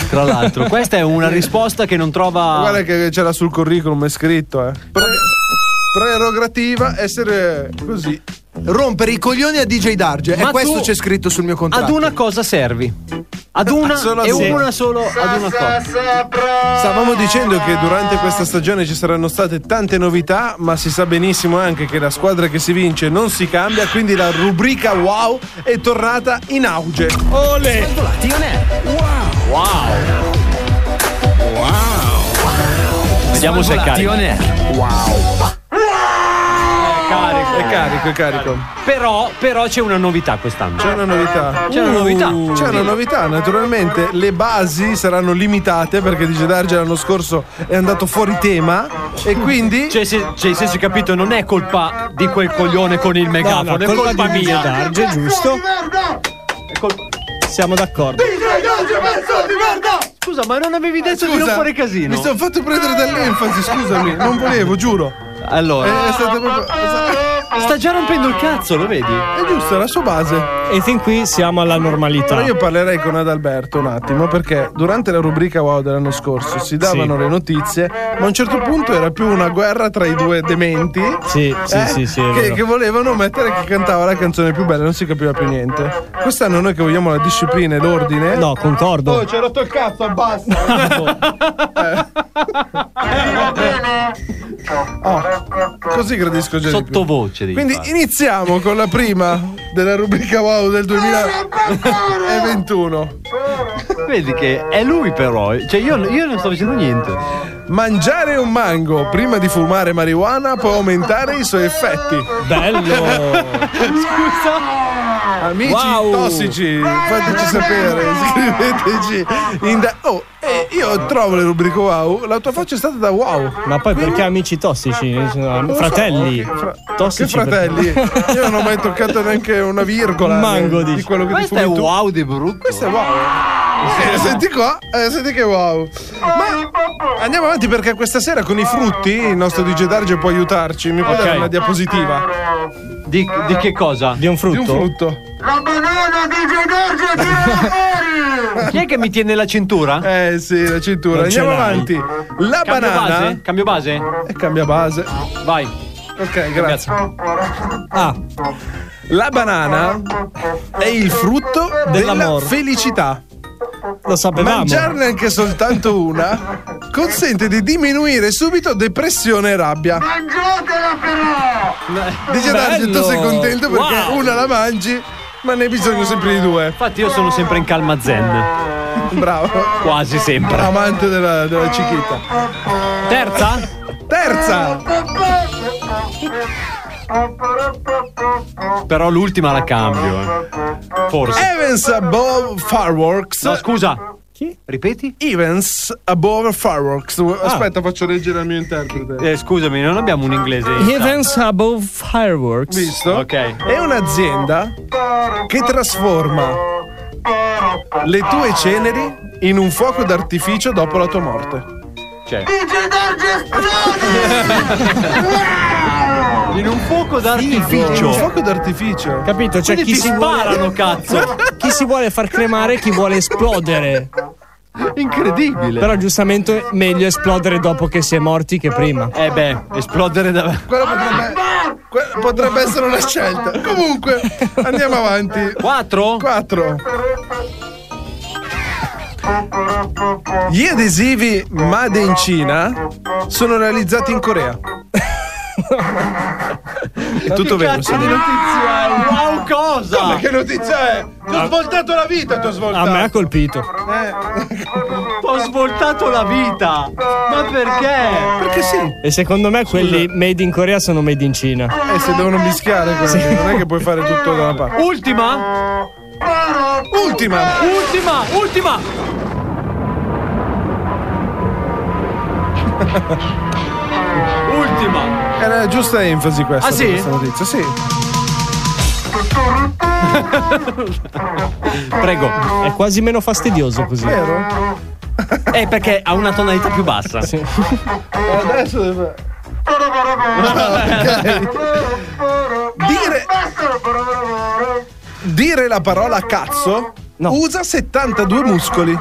G: Tra l'altro, questa è una risposta che non trova.
F: Guarda che c'era sul curriculum è scritto, eh. Pre- prerogativa essere così.
Q: Rompere i coglioni a DJ Darge.
G: Ma
Q: e questo
G: tu-
Q: c'è scritto sul mio contratto.
G: Ad una cosa servi. Ad una
F: Solo
G: e
F: ad una.
G: una solo ad una cosa.
F: Stavamo dicendo che durante questa stagione ci saranno state tante novità, ma si sa benissimo anche che la squadra che si vince non si cambia, quindi la rubrica wow è tornata in auge.
I: Ole!
G: Vediamo se è carico.
F: È carico, è carico.
G: Però, però c'è una novità quest'anno. Cioè,
F: C'è una novità. Uh.
G: C'è una novità.
F: C'è una novità, naturalmente le basi saranno limitate perché DJ Darge l'anno scorso è andato fuori tema e quindi
G: Cioè, se, cioè, se si è capito, non è colpa di quel coglione con il megafono,
I: no,
G: è
I: colpa
G: colpa,
I: di
G: mia.
I: Darge, giusto?
G: È colpa-
I: Siamo d'accordo.
G: Scusa, ma non avevi detto di non
F: Scusa,
G: fare casino?
F: Mi sono fatto prendere dall'enfasi, scusami, non volevo, giuro.
G: Allora,
F: È stato proprio. è stato-
G: sta già rompendo il cazzo, lo vedi?
F: È giusto, è la sua base.
I: E fin qui siamo alla normalità.
F: Però io parlerei con Adalberto un attimo perché durante la rubrica Wow dell'anno scorso si davano
I: Sì.
F: le notizie, ma a un certo punto era più una guerra tra i due dementi.
I: Sì, sì,
F: eh,
I: sì, sì, è
F: che,
I: vero.
F: che volevano mettere chi cantava la canzone più bella, non si capiva più niente. Quest'anno noi che vogliamo la disciplina e l'ordine.
I: No,
F: Oh,
I: concordo.
F: ci hai rotto il cazzo, abbassa. Eh. Oh, così gradisco già di più.
G: Sottovoce devi
F: Quindi
G: fare.
F: iniziamo con la prima della rubrica wow del
I: Eh,
F: 2021.
G: Vedi che è lui però, eh. cioè io, io non sto facendo niente.
F: Mangiare un mango prima di fumare marijuana può aumentare i suoi effetti.
I: Bello!
F: Amici
I: Wow.
F: tossici, fateci sapere, scriveteci. In da- oh, eh, io trovo le rubriche wow, la tua faccia è stata da wow.
I: Ma poi perché amici tossici?
F: Eh, Non lo so,
I: Fratelli.
F: che fra-
I: tossici
F: che fratelli?
I: perché-
F: Io non ho mai toccato neanche una virgola
I: Un mango,
F: eh, di
I: dici.
F: quello che
G: Questo
F: ti
G: è
F: fumi tu.
G: wow di brutto.
F: Questo è wow. Eh, senti qua, eh, senti che wow. Ma andiamo avanti perché questa sera con i frutti il nostro DJ Darge può aiutarci. Mi può
G: Ok.
F: dare una diapositiva
G: Di, di che cosa?
I: Di
F: di un
I: un frutto?
F: frutto.
G: Chi è che mi tiene la cintura?
F: Eh sì, la cintura.
I: Non ce
F: andiamo
I: l'hai.
F: avanti. La
G: Cambio
F: banana.
G: base? Cambio base?
F: E cambia base.
G: Vai.
F: Ok, grazie.
I: Ah,
F: La banana è il frutto della Ah,
I: Dell'amor.
F: felicità.
I: lo sapevamo.
F: Mangiarne anche soltanto una consente di diminuire subito depressione e rabbia. Dice Darge, tu
I: Bello.
F: sei contento perché
I: Wow.
F: una la mangi, ma ne hai bisogno sempre di due.
G: Infatti io sono sempre in calma zen.
F: Bravo.
G: Quasi sempre.
F: Amante della, della cichita.
G: Terza?
F: Terza!
G: Però l'ultima la cambio. eh. Forse.
F: Evans Above Fireworks. No,
G: scusa.
F: Chi?
G: Ripeti?
F: Evans Above Fireworks. Aspetta, faccio leggere al mio interprete.
G: Eh, scusami, non abbiamo un inglese.
I: Events above fireworks.
F: Visto?
G: Ok.
F: È un'azienda che trasforma le tue ceneri in un fuoco d'artificio dopo la tua morte.
G: Cioè. In un fuoco
F: Cioè, Un
G: d'artificio.
F: fuoco d'artificio.
I: Capito? C'è
G: Quindi
I: chi
G: ti
I: si, vuole,
G: sparano, cazzo.
I: chi si vuole far cremare e chi vuole esplodere.
G: Incredibile.
I: Però giustamente è meglio esplodere dopo che si è morti che prima.
G: Eh beh, esplodere da.
F: Quella potrebbe, quella potrebbe essere una scelta. Comunque, andiamo avanti.
G: 4?
F: 4. Gli adesivi Made in Cina sono realizzati in Corea. È tutto vero.
G: cazzo
F: sì.
G: di Cioè, notizia è? Wow,
F: Ma
G: cosa?
F: che notizia è? Ti ho svoltato la vita, ti ho
I: Ah. A
F: svoltato. Eh.
I: me ha colpito.
G: Ho svoltato la vita. Ma perché?
F: Perché sì.
I: E secondo me quelli made in Corea sono made in Cina.
F: Eh, se
G: Ah,
F: devono mischiare quelli, non è che puoi fare tutto da una parte.
G: Ultima?
F: Ultima.
G: Ultima, ultima. Ultima.
F: Era giusta enfasi questa.
G: Ah,
F: per
G: sì?
F: Questa notizia, sì.
G: Prego.
I: È quasi meno fastidioso così.
F: Vero?
G: Eh, perché ha una tonalità più bassa.
I: Sì.
F: Adesso deve- Ok. Dire... Dire la parola cazzo usa 72 muscoli.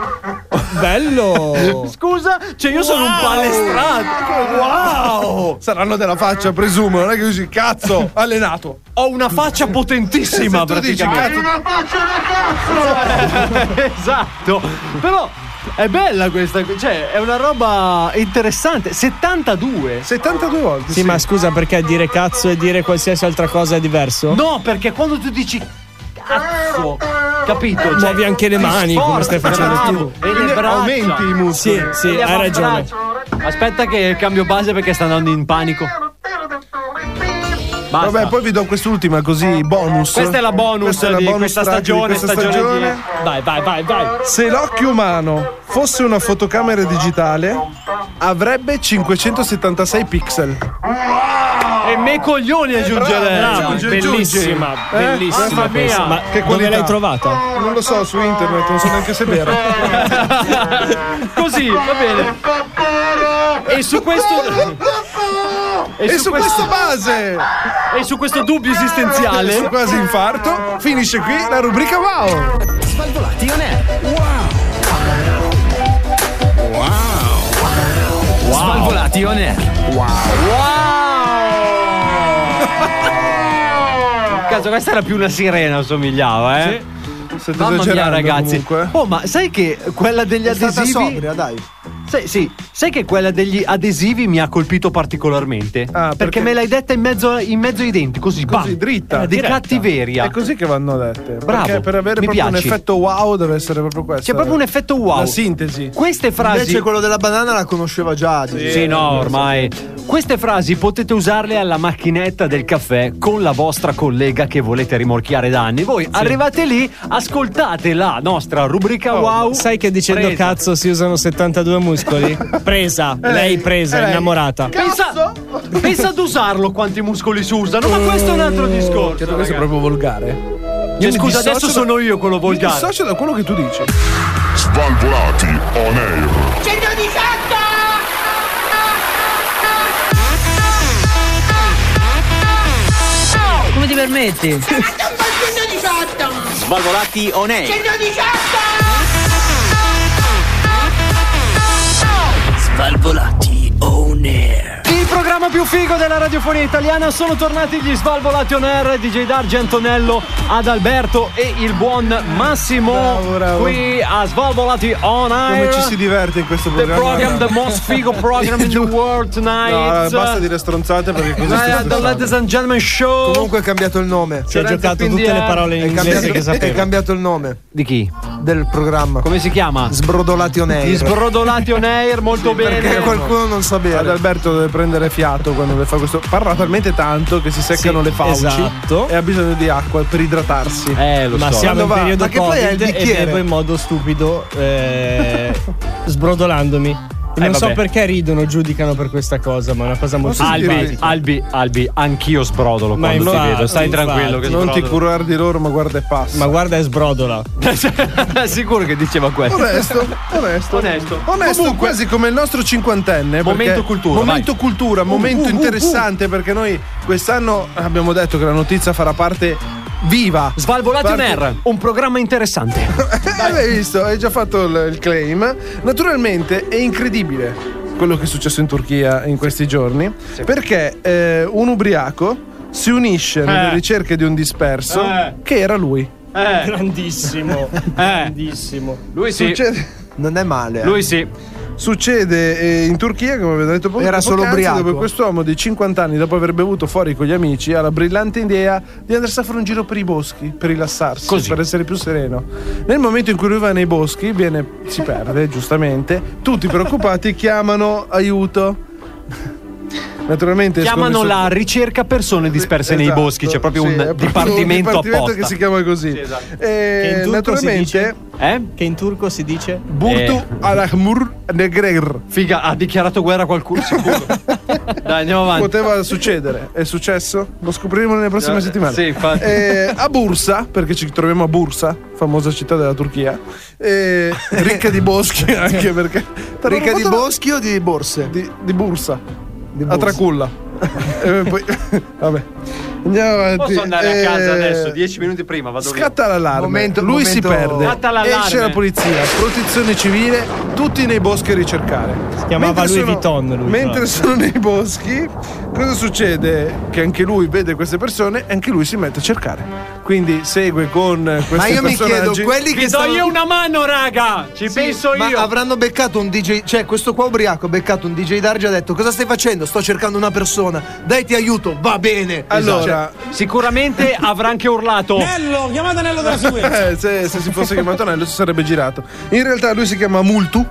I: Bello!
G: Scusa, cioè io sono un palestrato. Wow!
F: Saranno della faccia, presumo. Non è che dici cazzo, allenato.
G: Ho una faccia potentissima,
F: tu dici
G: praticamente.
F: cazzo.
G: esatto. Però è bella questa, cioè è una roba interessante. 72.
F: 72 volte.
I: Sì, ma scusa, perché dire cazzo e dire qualsiasi altra cosa è diverso?
G: No, perché quando tu dici cazzo, capito?
I: Muovi anche le
G: ti
I: mani,
G: sforzi,
I: come stai facendo
G: bravo, E le
F: Quindi
G: braccia.
F: aumenti i
I: Sì,
F: muscoli.
I: sì,
G: E le
I: hai ragione.
G: avambraccia. Aspetta che cambio base perché sta andando in panico. Basta.
F: Vabbè, poi vi do quest'ultima così bonus.
G: Questa è la bonus
F: Questa è la
G: di
F: bonus
G: questa
F: track di
G: stagione,
F: questa
G: stagione,
F: stagione.
G: di- Vai, vai, vai, vai.
F: Se l'occhio umano fosse una fotocamera digitale, avrebbe 576 pixel.
G: E me coglioni aggiungerei.
F: Eh, bravo, aggiungi,
G: bellissima,
F: Eh?
G: bellissima
F: Mamma
G: questa.
F: mia.
I: Ma
F: Che
I: dove
F: qualità.
I: l'hai trovata?
F: Non lo so, su internet, non so neanche se è vero.
G: Così, va bene. E su questo
F: e, su questa base,
G: e su questo dubbio
F: su
G: esistenziale
F: quasi infarto, finisce qui la rubrica Wow.
E: Svalvolati on air.
G: Cazzo, questa era più una sirena, somigliava, eh.
F: State
G: Mamma mia,
F: esagerando,
G: ragazzi.
F: comunque.
G: Oh, ma sai che quella degli adesivi
Q: dai.
G: Sai, sì, sai che quella degli adesivi mi ha colpito particolarmente?
F: Ah,
G: perché?
F: perché
G: me l'hai detta in mezzo, in mezzo ai denti, così,
F: Così,
G: bam. Eh,
F: dritta.
G: Di
F: Diretta.
G: cattiveria.
F: È così che vanno dette.
G: Bravo,
F: Perché per avere
G: mi
F: proprio un
G: piaci.
F: effetto wow deve essere proprio questo.
G: C'è proprio un effetto wow.
F: La sintesi.
G: Queste frasi.
Q: Invece quello della banana la conosceva già. dice.
G: Sì, no, ormai. Queste frasi potete usarle alla macchinetta del caffè con la vostra collega che volete rimorchiare da anni. Voi arrivate lì, ascoltate la nostra rubrica
F: Oh,
G: wow.
I: Sai che dicendo
G: Presa.
I: cazzo si usano 72 muscoli? Presa, lei presa, innamorata.
G: Pensa, pensa ad usarlo quanti muscoli si usano,
F: Mm,
G: ma questo è un altro discorso.
F: Questo è
G: ragazzi.
F: proprio volgare.
G: Cioè, scusa,
F: dissocio
G: adesso
F: da-
G: sono io quello
F: Mi
G: volgare.
F: dissocio da quello che tu dici.
P: Svalvolati on air.
R: Come ti permetti?
E: Svalvolati on air. Svalvolati on air.
G: Il programma più figo della radiofonia italiana sono tornati gli Svalvolati On Air, DJ Dargi Antonello, Adalberto e il buon Massimo qui a Svalvolati On Air.
F: Come ci si diverte in questo
G: The
F: programma?
G: program, the most figo program in the world tonight.
F: No, basta
G: uh,
F: dire stronzate perché così
G: Dai,
F: sto
G: Adalberto,
F: stressando.
G: ladies and gentlemen, show.
Q: Comunque è cambiato il nome.
G: Si è giocato tutte le parole in
Q: È
G: inglese
Q: cambiato-
G: che sapeva.
Q: È cambiato il nome.
G: Di chi?
Q: Del programma.
G: Come si chiama?
Q: Sbrodolati on air.
G: Gli Sbrodolati On Air, molto bene.
Q: Perché qualcuno non sa bene.
F: Adalberto deve prendere fiato quando deve fare questo. Parla talmente tanto che si seccano
G: Sì,
F: le fauci
G: esatto.
F: e ha bisogno di acqua per idratarsi.
G: Eh,
I: Ma siamo in periodo
F: ma che poi è il
I: Covid e bevo
F: bicchiere.
I: in modo stupido, eh, sbrodolandomi. E
G: Eh,
I: non so
G: vabbè.
I: perché ridono, giudicano per questa cosa, ma è una cosa molto
G: Albi,
I: stupida.
G: Albi, Albi, anch'io sbrodolo
I: Ma
G: quando ti
I: infatti,
G: vedo. Stai
I: infatti.
G: tranquillo che
F: Non ti
G: sbrodolo.
F: curare di loro, ma guarda e passa.
I: Ma guarda, è sbrodola.
G: Sicuro che diceva questo.
F: Onesto, onesto,
G: Onesto.
F: onesto
G: Comunque-
F: quasi come il nostro cinquantenne. perché-
G: Momento cultura,
F: Momento
G: vai.
F: cultura,
G: Uh,
F: momento
G: uh, uh,
F: interessante perché noi quest'anno abbiamo detto che la notizia farà parte viva.
G: Svalvolati on
F: Parte-
G: air, un programma interessante.
F: Eh, Hai visto, hai già fatto il, il claim. Naturalmente è incredibile quello che è successo in Turchia in questi giorni, perché eh, un ubriaco si unisce
G: Eh.
F: nelle ricerche di un disperso
I: Eh.
F: che era lui.
I: Grandissimo, grandissimo.
G: Lui sì.
Q: Non è male. eh.
G: Lui sì.
F: Succede eh, in Turchia, come avete detto poco
Q: Era
F: poc'anzi,
Q: solo ubriaco.
F: Dove quest'uomo di 50 anni, dopo aver bevuto fuori con gli amici, ha la brillante idea di andarsi a fare un giro per i boschi per rilassarsi, per essere più sereno. Nel momento in cui lui va nei boschi, viene- si perde, giustamente. Tutti preoccupati chiamano aiuto. Naturalmente escono
G: Chiamano
F: i sor-
G: la ricerca persone disperse nei
F: Esatto,
G: boschi, c'è proprio
F: sì,
G: un
F: è proprio
G: dipartimento,
F: un dipartimento
G: apposta.
F: che si chiama così.
I: Che
F: E
I: in turco si dice?
F: naturalmente
G: Eh?
I: Che in turco si dice?
F: Burtu Alahmur Negrer.
G: Figa, ha dichiarato guerra a qualcuno, sicuro. Dai, andiamo avanti.
F: Poteva succedere, è successo? Lo scopriremo nelle prossime
G: Eh,
F: settimane.
G: sì, infatti.
F: Eh, a Bursa, perché ci troviamo a Bursa, famosa città della Turchia, eh, ricca di boschi anche perché.
Q: Ricca di boschi o di borse?
F: Di, di Bursa, a
Q: Bursa.
F: Traculla. Eh, poi- vabbè, andiamo avanti.
G: Posso andare
F: Eh,
G: a casa adesso, dieci minuti prima, vado via.
F: Scatta l'allarme.
Q: Momento-
F: Lui si
Q: momento-
F: perde.
G: Scatta l'allarme.
F: Esce la polizia, protezione civile, tutti nei boschi a ricercare. Si
I: chiamava Louis Vuitton, lui,
F: mentre
I: tra l'altro.
F: sono nei boschi, cosa succede? Che anche lui vede queste persone e anche lui si mette a cercare. Quindi segue con questi
Q: Ma io mi
F: personaggi.
Q: chiedo, quelli
G: Vi
Q: che
G: do
Q: stanno-
G: io una mano, raga! Ci
Q: Sì,
G: penso
Q: ma
G: io!
Q: avranno beccato un DJ, cioè questo qua ubriaco ha beccato un DJ Darge e ha detto cosa stai facendo? Sto cercando una persona, dai ti aiuto, va bene. Esatto.
F: Allora,
G: Sicuramente avrà anche urlato.
S: Nello, chiamate Nello della
F: eh, se, se si fosse chiamato Nello si sarebbe girato. In realtà lui si chiama Multu.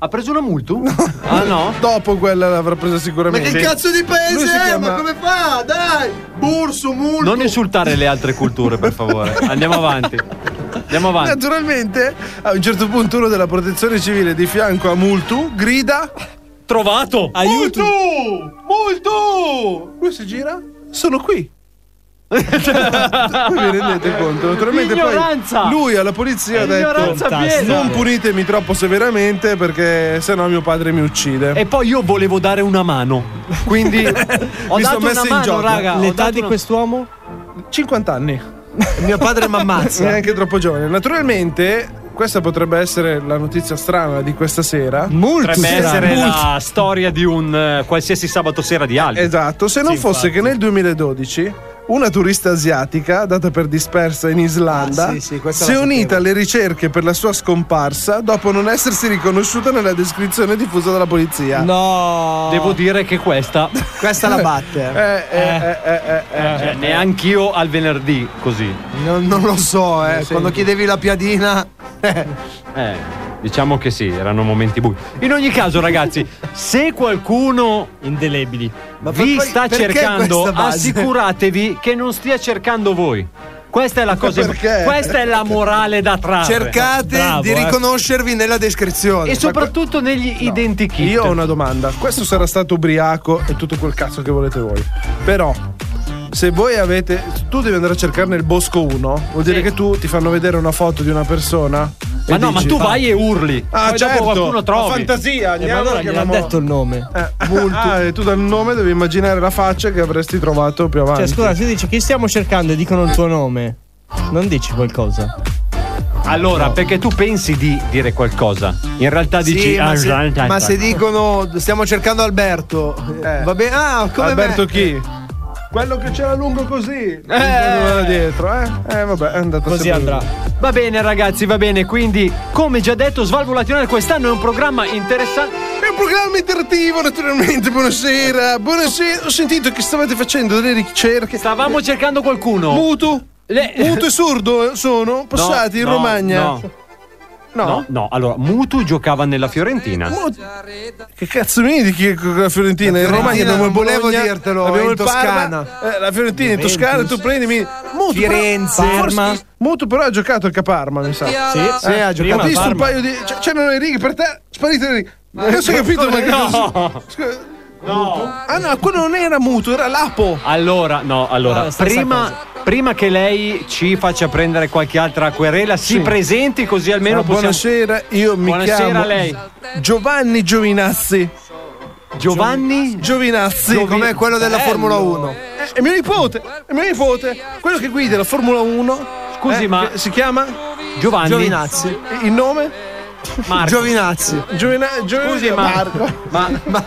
G: Ha preso una multu? Ah no?
F: Dopo quella l'avrà
Q: Cioè,
F: presa
Q: Ma
F: sicuramente.
Q: che cazzo di
F: Lui
Q: paese
F: si
Q: è?
F: chiama-
Q: Ma come fa? Dai! Burso, multo!
G: Non insultare le altre culture, per favore. Andiamo avanti. Andiamo avanti.
F: Naturalmente, a un certo punto uno della protezione civile di fianco a Multu grida
G: Trovato!
I: Aiuto!
F: Multu! Lui si gira? Sono qui. Voi vi rendete conto? Naturalmente
G: Ignoranza!
F: poi lui alla polizia ha detto
G: Ignoranza piena!
F: non punitemi troppo severamente perché sennò mio padre mi uccide.
G: E poi io volevo dare una mano. Quindi ho
F: Mi
G: dato
F: sono messo
G: una
F: in
G: mano,
F: gioco.
G: raga. ho
I: L'età
G: dato
I: di
G: una-
I: quest'uomo?
F: 50 anni.
Q: Mio padre mi ammazza.
F: Neanche troppo giovane. Naturalmente questa potrebbe essere la notizia strana di questa sera.
I: Molto
G: Potrebbe
I: strano.
G: essere
I: Molto-
G: la storia di un eh, qualsiasi sabato sera di Albi.
F: Esatto, se non
G: Sì,
F: fosse che nel 2012 una turista asiatica, data per dispersa in Islanda,
Q: Ah, sì, sì, questa
F: si è
Q: la sapevo.
F: unita alle ricerche per la sua scomparsa dopo non essersi riconosciuta nella descrizione diffusa dalla polizia.
I: No.
G: Devo dire che questa,
Q: Questa la batte.
F: Eh, eh, eh, eh, eh, eh.
G: cioè, neanch'io al venerdì così.
Q: Non, non lo so, eh.
F: Sì.
Q: Quando chiedevi la piadina.
G: Eh, diciamo che sì, erano momenti bui. In ogni caso, ragazzi, se qualcuno
I: Indelebili.
G: vi
Q: poi-
G: sta
Q: perché
G: cercando,
Q: questa base?
G: assicuratevi che non stia cercando voi. Questa è la cosa.
F: perché?
G: Questa è la morale da trarre.
Q: Cercate
I: Bravo,
Q: di
I: eh.
Q: riconoscervi nella descrizione.
G: E soprattutto negli identikit.
F: Io ho una domanda. Questo sarà stato ubriaco e tutto quel cazzo che volete voi. Però, se voi avete. Tu devi andare a cercare nel bosco 1, vuol dire
G: Sì.
F: che tu ti fanno vedere una foto di una persona.
G: Ma no, ma
F: dici,
G: tu vai e urli.
F: Ah,
G: Poi
F: certo.
G: dopo qualcuno
F: Ho
G: trovi.
F: fantasia,
I: Eh, ma
F: andiamo
I: allora
F: che
I: gli hanno
F: abbiamo-
I: detto il nome.
F: Eh, ah, e tu dal nome devi immaginare la faccia che avresti trovato più avanti.
I: Cioè, scusa, se dici chi stiamo cercando e dicono il tuo nome, non dici qualcosa.
G: Allora, perché tu pensi di dire qualcosa, in realtà
F: Sì,
G: dici.
F: ma,
G: "Ah,
F: se,
G: già, già,
F: ma
G: già".
F: se dicono stiamo cercando Alberto, eh, va bene. Ah, come
T: Alberto
F: me.
T: chi? Quello che c'era lungo così.
G: Eh.
T: dietro, eh. Eh, vabbè, è andato
G: Così
T: sempre
G: andrà.
T: lì.
G: Va bene, ragazzi, va bene. Quindi, come già detto, Svalvolazione quest'anno è un programma interessante.
F: È un programma interattivo, naturalmente. Buonasera, buonasera. Ho sentito che stavate facendo delle ricerche.
G: Stavamo cercando qualcuno.
F: Muto. Muto e sordo eh, sono passati in
G: no,
F: Romagna.
G: No. No. no, allora Mutu giocava nella Fiorentina.
F: Che cazzo mi dici che la Fiorentina? In Romagna abbiamo il
T: volevo
F: Bologna,
T: dirtelo,
F: abbiamo
T: è
F: il
T: in
F: Parma,
T: Toscana.
F: eh, la Fiorentina in
T: Juventus.
F: Toscana, tu prendimi Mutu,
T: Firenze,
F: però,
T: Parma.
F: forse- Mutu però ha giocato anche a Parma, mi sa.
T: Sì.
F: Eh,
T: Sì, prima
F: ha giocato. Ho visto
T: Parma.
F: un paio di c- c'erano le righe per te, sparite le righe. Ma non si è capito ma
G: come
F: che
G: no?
F: Scusa. Ah no, quello non era Mutu, era Lapo.
G: Allora, no, allora,
F: Ah, stessa
G: prima, prima che lei ci faccia prendere qualche altra querela, si presenti così almeno
F: Ah,
G: possiamo.
F: Buonasera, io mi
G: Buonasera
F: chiamo
G: a lei.
F: Giovanni Giovinazzi.
G: Giovanni
F: Giovinazzi,
G: Giovi-
F: come quello della
G: Bello.
F: Formula 1. Eh, È mio nipote, è mio nipote, quello che guida la Formula 1.
G: Scusi, ma-
F: che si chiama
G: Giovanni
F: Eh, Giovinazzi. Il nome?
G: Marco.
F: Giovinazzi. Giovina- Gio-
G: Scusi, ma-
F: Marco.
G: Ma, ma, ma,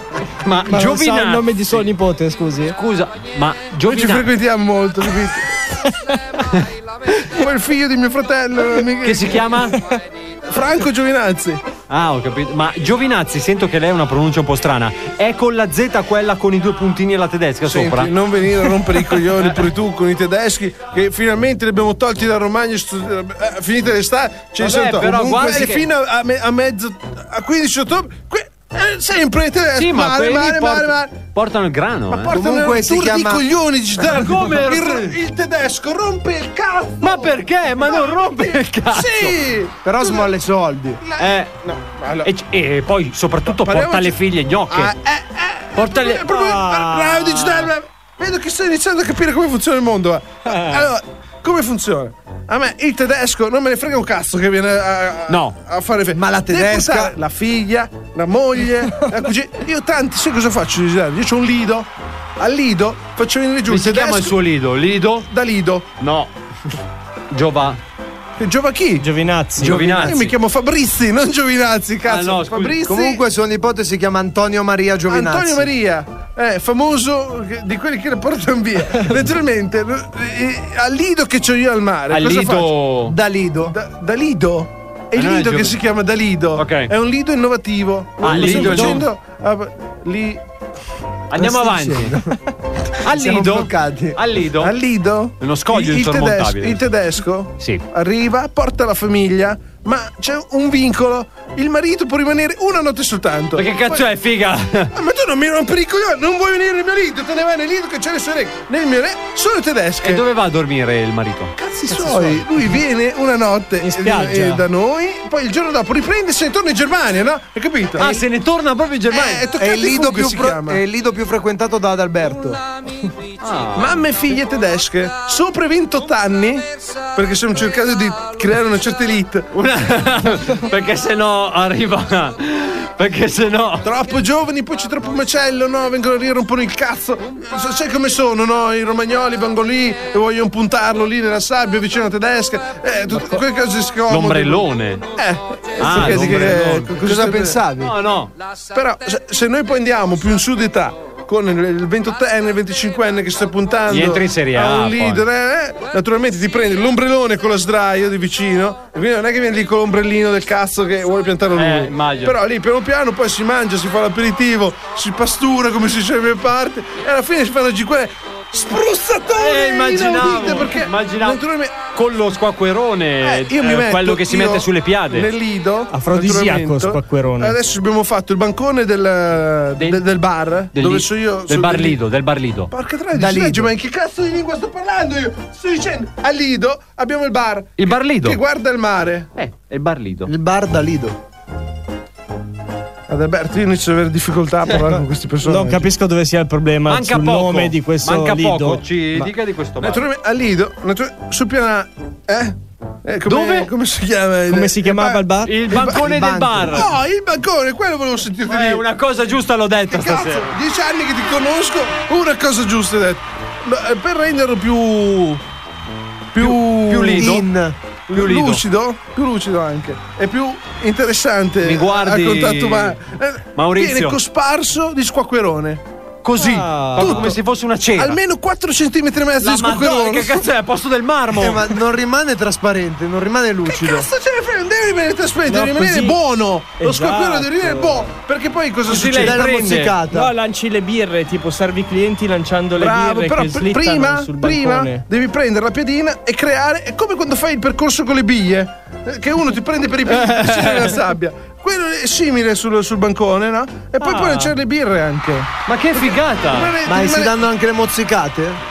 I: Ma non sa il
G: Giovina-
I: nome di suo nipote, scusi.
G: Scusa, ma
F: Noi ci
G: Giovina
F: frequentiamo molto, capito? Come il figlio di mio fratello. amiche.
G: che si chiama?
F: Franco Giovinazzi.
G: Ah, ho capito. Ma Giovinazzi, sento che lei ha una pronuncia un po' strana. È con la Z quella con i due puntini e la tedesca
F: Senti,
G: sopra?
F: non venire a rompere i coglioni pure tu con i tedeschi che finalmente li abbiamo tolti da Romagna stu- eh, finita l'estate ci
G: Vabbè,
F: sono tolti.
G: però
F: Comunque,
G: guardi
F: e
G: che-
F: fino a, a me- a mezzo a 15 ottobre que- eh, sempre tedeschi
G: Sì, ma
F: male,
G: quelli
F: male,
G: port-
F: male, male.
G: portano il grano. eh.
F: Portano il tour di coglioni digitali.
G: come?
F: il, il tedesco rompe il cazzo
G: Ma perché? Ma non rompe il cazzo.
F: sì
G: Però smolle soldi. Eh. E, c- e poi soprattutto porta
F: parliamoci-
G: le figlie gnocche.
F: Ah,
G: porta le.
F: Eh, proprio-
G: Ah.
F: bravo digitale, bravo. vedo che stai iniziando a capire come funziona il mondo eh. allora come funziona a me il tedesco non me ne frega un cazzo che viene a, a-
G: No.
F: a fare fe-
G: Ma la
F: Devi
G: tedesca-
F: portare la figlia la moglie la cugina io tanti sai cosa faccio digitale io ho un lido al lido faccio venire giù
G: Come
F: il
G: si chiama
F: tedesco
G: il suo Lido? Lido?
F: da lido
G: No. Giova.
F: Giova chi?
I: Giovinazzi.
G: Giovinazzi.
F: Io mi chiamo Fabrizi, non Giovinazzi, cazzo.
G: Ah, no, scusi.
F: Fabrizi.
G: Comunque
F: suo nipote si chiama Antonio Maria
U: Giovinazzi.
F: Antonio Maria, eh, famoso che- di quelli che le portano via. Naturalmente, eh, al lido che c'ho io al mare.
G: Al
F: cosa
G: lido-
F: faccio? Da lido. Da, lido. È il
G: non è
F: lido che
G: Giovi-
F: si chiama da lido.
G: Ok.
F: È un lido innovativo.
G: Ah,
F: Lo
G: lido
F: sto
G: è il
F: facendo a- li-
G: Andiamo
F: Lo sto
G: avanti.
F: dicendo.
G: Al
F: Siamo
G: Lido.
F: bloccati.
G: Al Lido.
F: Al lido.
G: Uno scoglio
F: il- il tedesco,
G: insormontabile.
F: il tedesco
G: Sì.
F: arriva, porta la famiglia, ma c'è un vincolo. Il marito può rimanere una notte soltanto.
G: Ma che cazzo
F: Poi-
G: è, figa?
F: Ah, ma tu non mi rompere i coglioni, non vuoi venire nel mio lido, te ne vai nel lido che c'è le sue regole. Nel mio re sono tedesche.
G: E dove va a dormire il marito?
F: Cazzi suoi, lui viene una notte
G: spiaggia.
F: eh, da noi, poi il giorno dopo riprende e se ne torna in Germania, no? Hai capito?
G: Ah, se ne torna proprio in Germania.
F: Eh, è toccato i
U: lido
F: funghi,
U: più
F: si
U: pro-
F: chiama.
U: è il lido più frequentato da Adalberto.
F: Mamme e figlie tedesche, sopra i 28 anni, perché stiamo cercando di creare una certa elite.
G: Perché se no arriva. Perché se no.
F: Troppo giovani, poi c'è troppo macello, no? Vengono lì e rompono il cazzo. S- sai come sono, no? I romagnoli vengono lì e vogliono puntarlo lì nella sabbia vicino alla tedesca. Eh, tutte quelle cose scomode.
G: L'ombrellone.
F: Eh,
G: Ah,
F: perché-
G: l'ombrellone.
F: cosa
G: Cosa
F: pensavi?
G: No, no.
F: Però se, se noi poi andiamo più in su d'età con il- il 28enne, il 25enne che sta puntando
G: Gli entri in Serie A,
F: un
G: poi.
F: leader, eh, naturalmente ti prendi l'ombrellone con la sdraio di vicino, e quindi non è che vieni lì con l'ombrellino del cazzo che vuole piantare lui.
G: Eh, immagino.
F: Però lì piano piano poi si mangia, si fa l'aperitivo, si pastura come si dice in mie parti e alla fine si fanno quelle spruzzatore
G: Eh, immaginavo.
F: perché
G: immaginavo.
F: naturalmente
G: Con lo squacquerone.
F: eh, io mi
G: eh,
F: metto,
G: quello che si
F: io
G: mette sulle piade.
F: Nel lido.
I: Afrodisiaco,
F: naturalmente.
I: spacquerone.
F: Adesso abbiamo fatto il bancone del, de- del bar.
G: Del
F: dove
G: li-
F: so io.
G: Del
F: so-
G: bar Lido, del bar Lido.
F: Porca tragedia, leggi, ma in che cazzo di lingua sto parlando io? Sto dicendo, a Lido abbiamo il bar.
G: Il bar Lido.
F: Che guarda il mare.
G: Eh, è il bar Lido.
F: Il bar da Lido. Adalberto, io inizio ad avere difficoltà a parlare con questi personaggi.
I: Eh, Non capisco dove sia il problema
G: Manca
I: sul
G: poco.
I: nome di questo
G: Manca
I: lido.
G: poco. Ci
I: Ma-
G: dica di questo bar.
F: Naturalmente, a Lido, natura- sul piano A, eh? Eh, come,
G: Dove?
F: Come si chiama?
I: Come si
F: eh,
I: chiamava il bar?
G: Il bancone del bar.
F: No, il bancone, quello volevo sentirti
G: Eh,
F: dire.
G: una cosa giusta l'ho detta
F: Cazzo,
G: stasera.
F: dieci anni che ti conosco, una cosa giusta hai detto. Ma, eh, Per renderlo più. più.
G: Più lido.
F: in. più
Q: lucido.
F: lucido, più lucido anche, è più interessante
G: Mi guardi,
F: al contatto umano.
G: Maurizio.
F: Viene cosparso di squacquerone. Così,
G: proprio Ah, come se fosse una cera.
F: Almeno 4 cm e mezzo
G: La
F: di
G: Madonna,
F: squacquerone.
G: che cazzo è al posto del marmo?
Q: Eh, ma non rimane trasparente, non rimane lucido.
F: Cazzo ce ne frega, non deve rimanere trasparente,
Q: No,
F: deve
Q: così.
F: rimanere buono. Lo
Q: Esatto.
F: squacquerone deve rimanere buono. Perché poi cosa
Q: Così
F: succede?
Q: lei
F: Dalla
Q: prende.
F: mozzicata.
I: No, lanci le birre, tipo servi i clienti lanciando le
F: Bravo,
I: birre
F: però
I: che
F: pr-
I: slittano
F: prima,
I: sul
F: prima
I: balcone.
F: devi prendere la piadina e creare. È come quando fai il percorso con le biglie, eh, che uno ti prende per i piedi e scende nella sabbia. Quello è simile sul, sul bancone, no? E poi
Q: Ah.
F: puoi lanciare le birre anche.
G: Ma che figata!
Q: Ma si danno anche le mozzicate?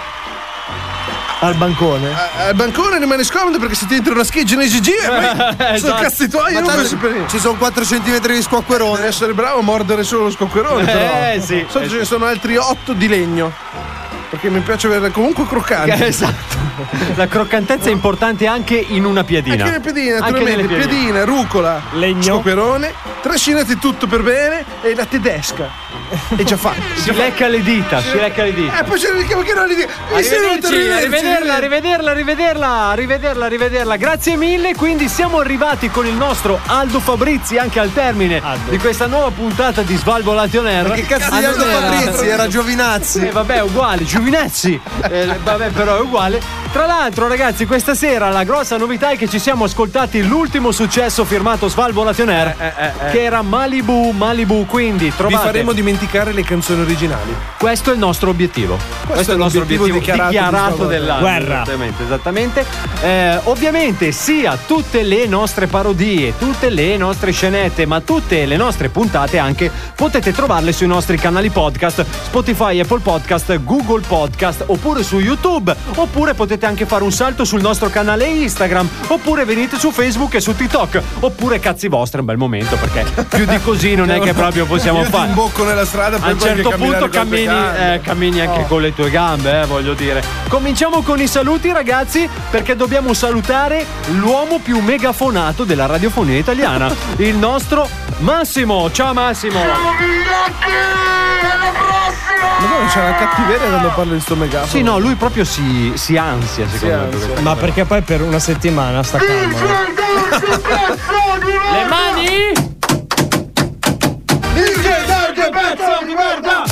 Q: Al bancone?
F: Al Eh, bancone rimane scomodo perché se ti entra una scheggia in EGG eh, poi sono
Q: Esatto.
F: cazzi tuoi,
Q: Ma
F: io non
Q: tanto
F: penso per niente. Ci sono 4 cm di squacquerone. Devi essere bravo a mordere solo lo squacquerone, però.
G: Eh, sì.
F: Sotto
G: Eh,
F: ce
G: sì.
F: ne sono altri 8 di legno. Perché mi piace averle comunque croccanti.
G: Esatto. La croccantezza è importante anche in una piadina.
F: Anche le piedine,
G: Anche
F: naturalmente,
G: nelle piedine.
F: piedine, rucola,
G: Legno.
F: scoperone, trascinati tutto per bene e la tedesca. E già fa.
G: Si lecca le dita, si lecca le dita.
F: E poi c'è il richiamo che non li dico. Mi saluta,
G: Arrivederci,
F: arrivederci,
G: rivederla,
F: arrivederci.
G: rivederla, rivederla, rivederla, rivederla. Grazie mille. Quindi siamo arrivati con il nostro Aldo Fabrizi anche al termine di questa nuova puntata di Svalvolati on Air.
Q: Ma che cazzo di Aldo Fabrizi? Era Giovinazzi.
G: Eh, vabbè, uguale, Giovinazzi. Eh, vabbè, però è uguale. Tra l'altro, ragazzi, questa sera la grossa novità è che ci siamo ascoltati l'ultimo successo firmato Svalvolati on Air,
F: eh.
G: che era Malibu, Malibu. Quindi
F: Vi
G: trovate
F: faremo dimenticare le canzoni originali.
G: questo è il nostro obiettivo. Questo, è il nostro obiettivo, dichiarato,
F: di Svalvolati.
G: dell'anno.
F: Guerra.
G: Esattamente, esattamente. Eh, ovviamente sia tutte le nostre parodie, tutte le nostre scenette, ma tutte le nostre puntate anche potete trovarle sui nostri canali podcast, Spotify, Apple Podcast, Google Podcast, oppure su YouTube, oppure potete anche fare un salto sul nostro canale Instagram, oppure venite su Facebook e su TikTok, oppure cazzi vostri, è un bel momento perché più di così non è che proprio possiamo
F: Io ti
G: fare
F: imbocco nella strada
G: a
F: poi
G: un
F: puoi anche
G: certo punto
F: camminare
G: cammini,
F: con le gambe.
G: eh, cammini anche con le tue gambe, eh, voglio dire. Cominciamo con i saluti, ragazzi, perché dobbiamo salutare l'uomo più megafonato della radiofonia italiana, il nostro Massimo. Ciao Massimo!
F: Ma no, c'è una cattiveria quando parlo di sto megafono.
G: Ah. Sì, no, lui proprio si, si ansia, secondo me. per
I: Ma perché poi per una settimana sta calma.
G: Le mani!
J: pezzo di merda!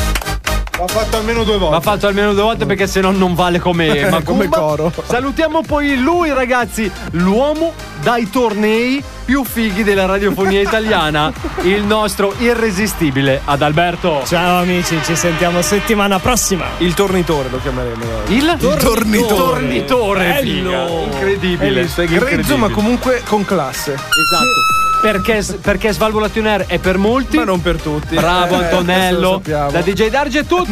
F: L'ha fatto almeno due volte.
G: Va fatto almeno due volte perché se no non vale come, Macumba.
F: Come coro.
G: Salutiamo poi lui, ragazzi, l'uomo dai tornei più fighi della radiofonia italiana, il nostro irresistibile Adalberto.
I: Ciao amici, ci sentiamo settimana prossima.
F: Il tornitore lo chiameremo. noi.
G: Cioè, Il
F: tornitore.
G: tornitore, figa. Incredibile.
F: Hai visto? È grezzo, ma
G: Incredibile.
F: comunque con classe.
G: Esatto. Perché, perché Svalvolation Air è per molti, ma non
F: per tutti.
G: Bravo
F: Eh, questo
G: Antonello.
F: lo sappiamo.
G: da DJ Darge è tutto.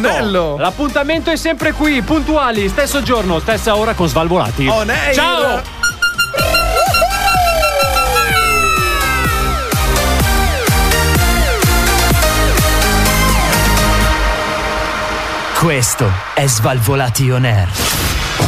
G: L'appuntamento è sempre qui, puntuali, stesso giorno, stessa ora con Svalvolati.
F: On air.
G: Ciao!
S: Questo è Svalvolation Air.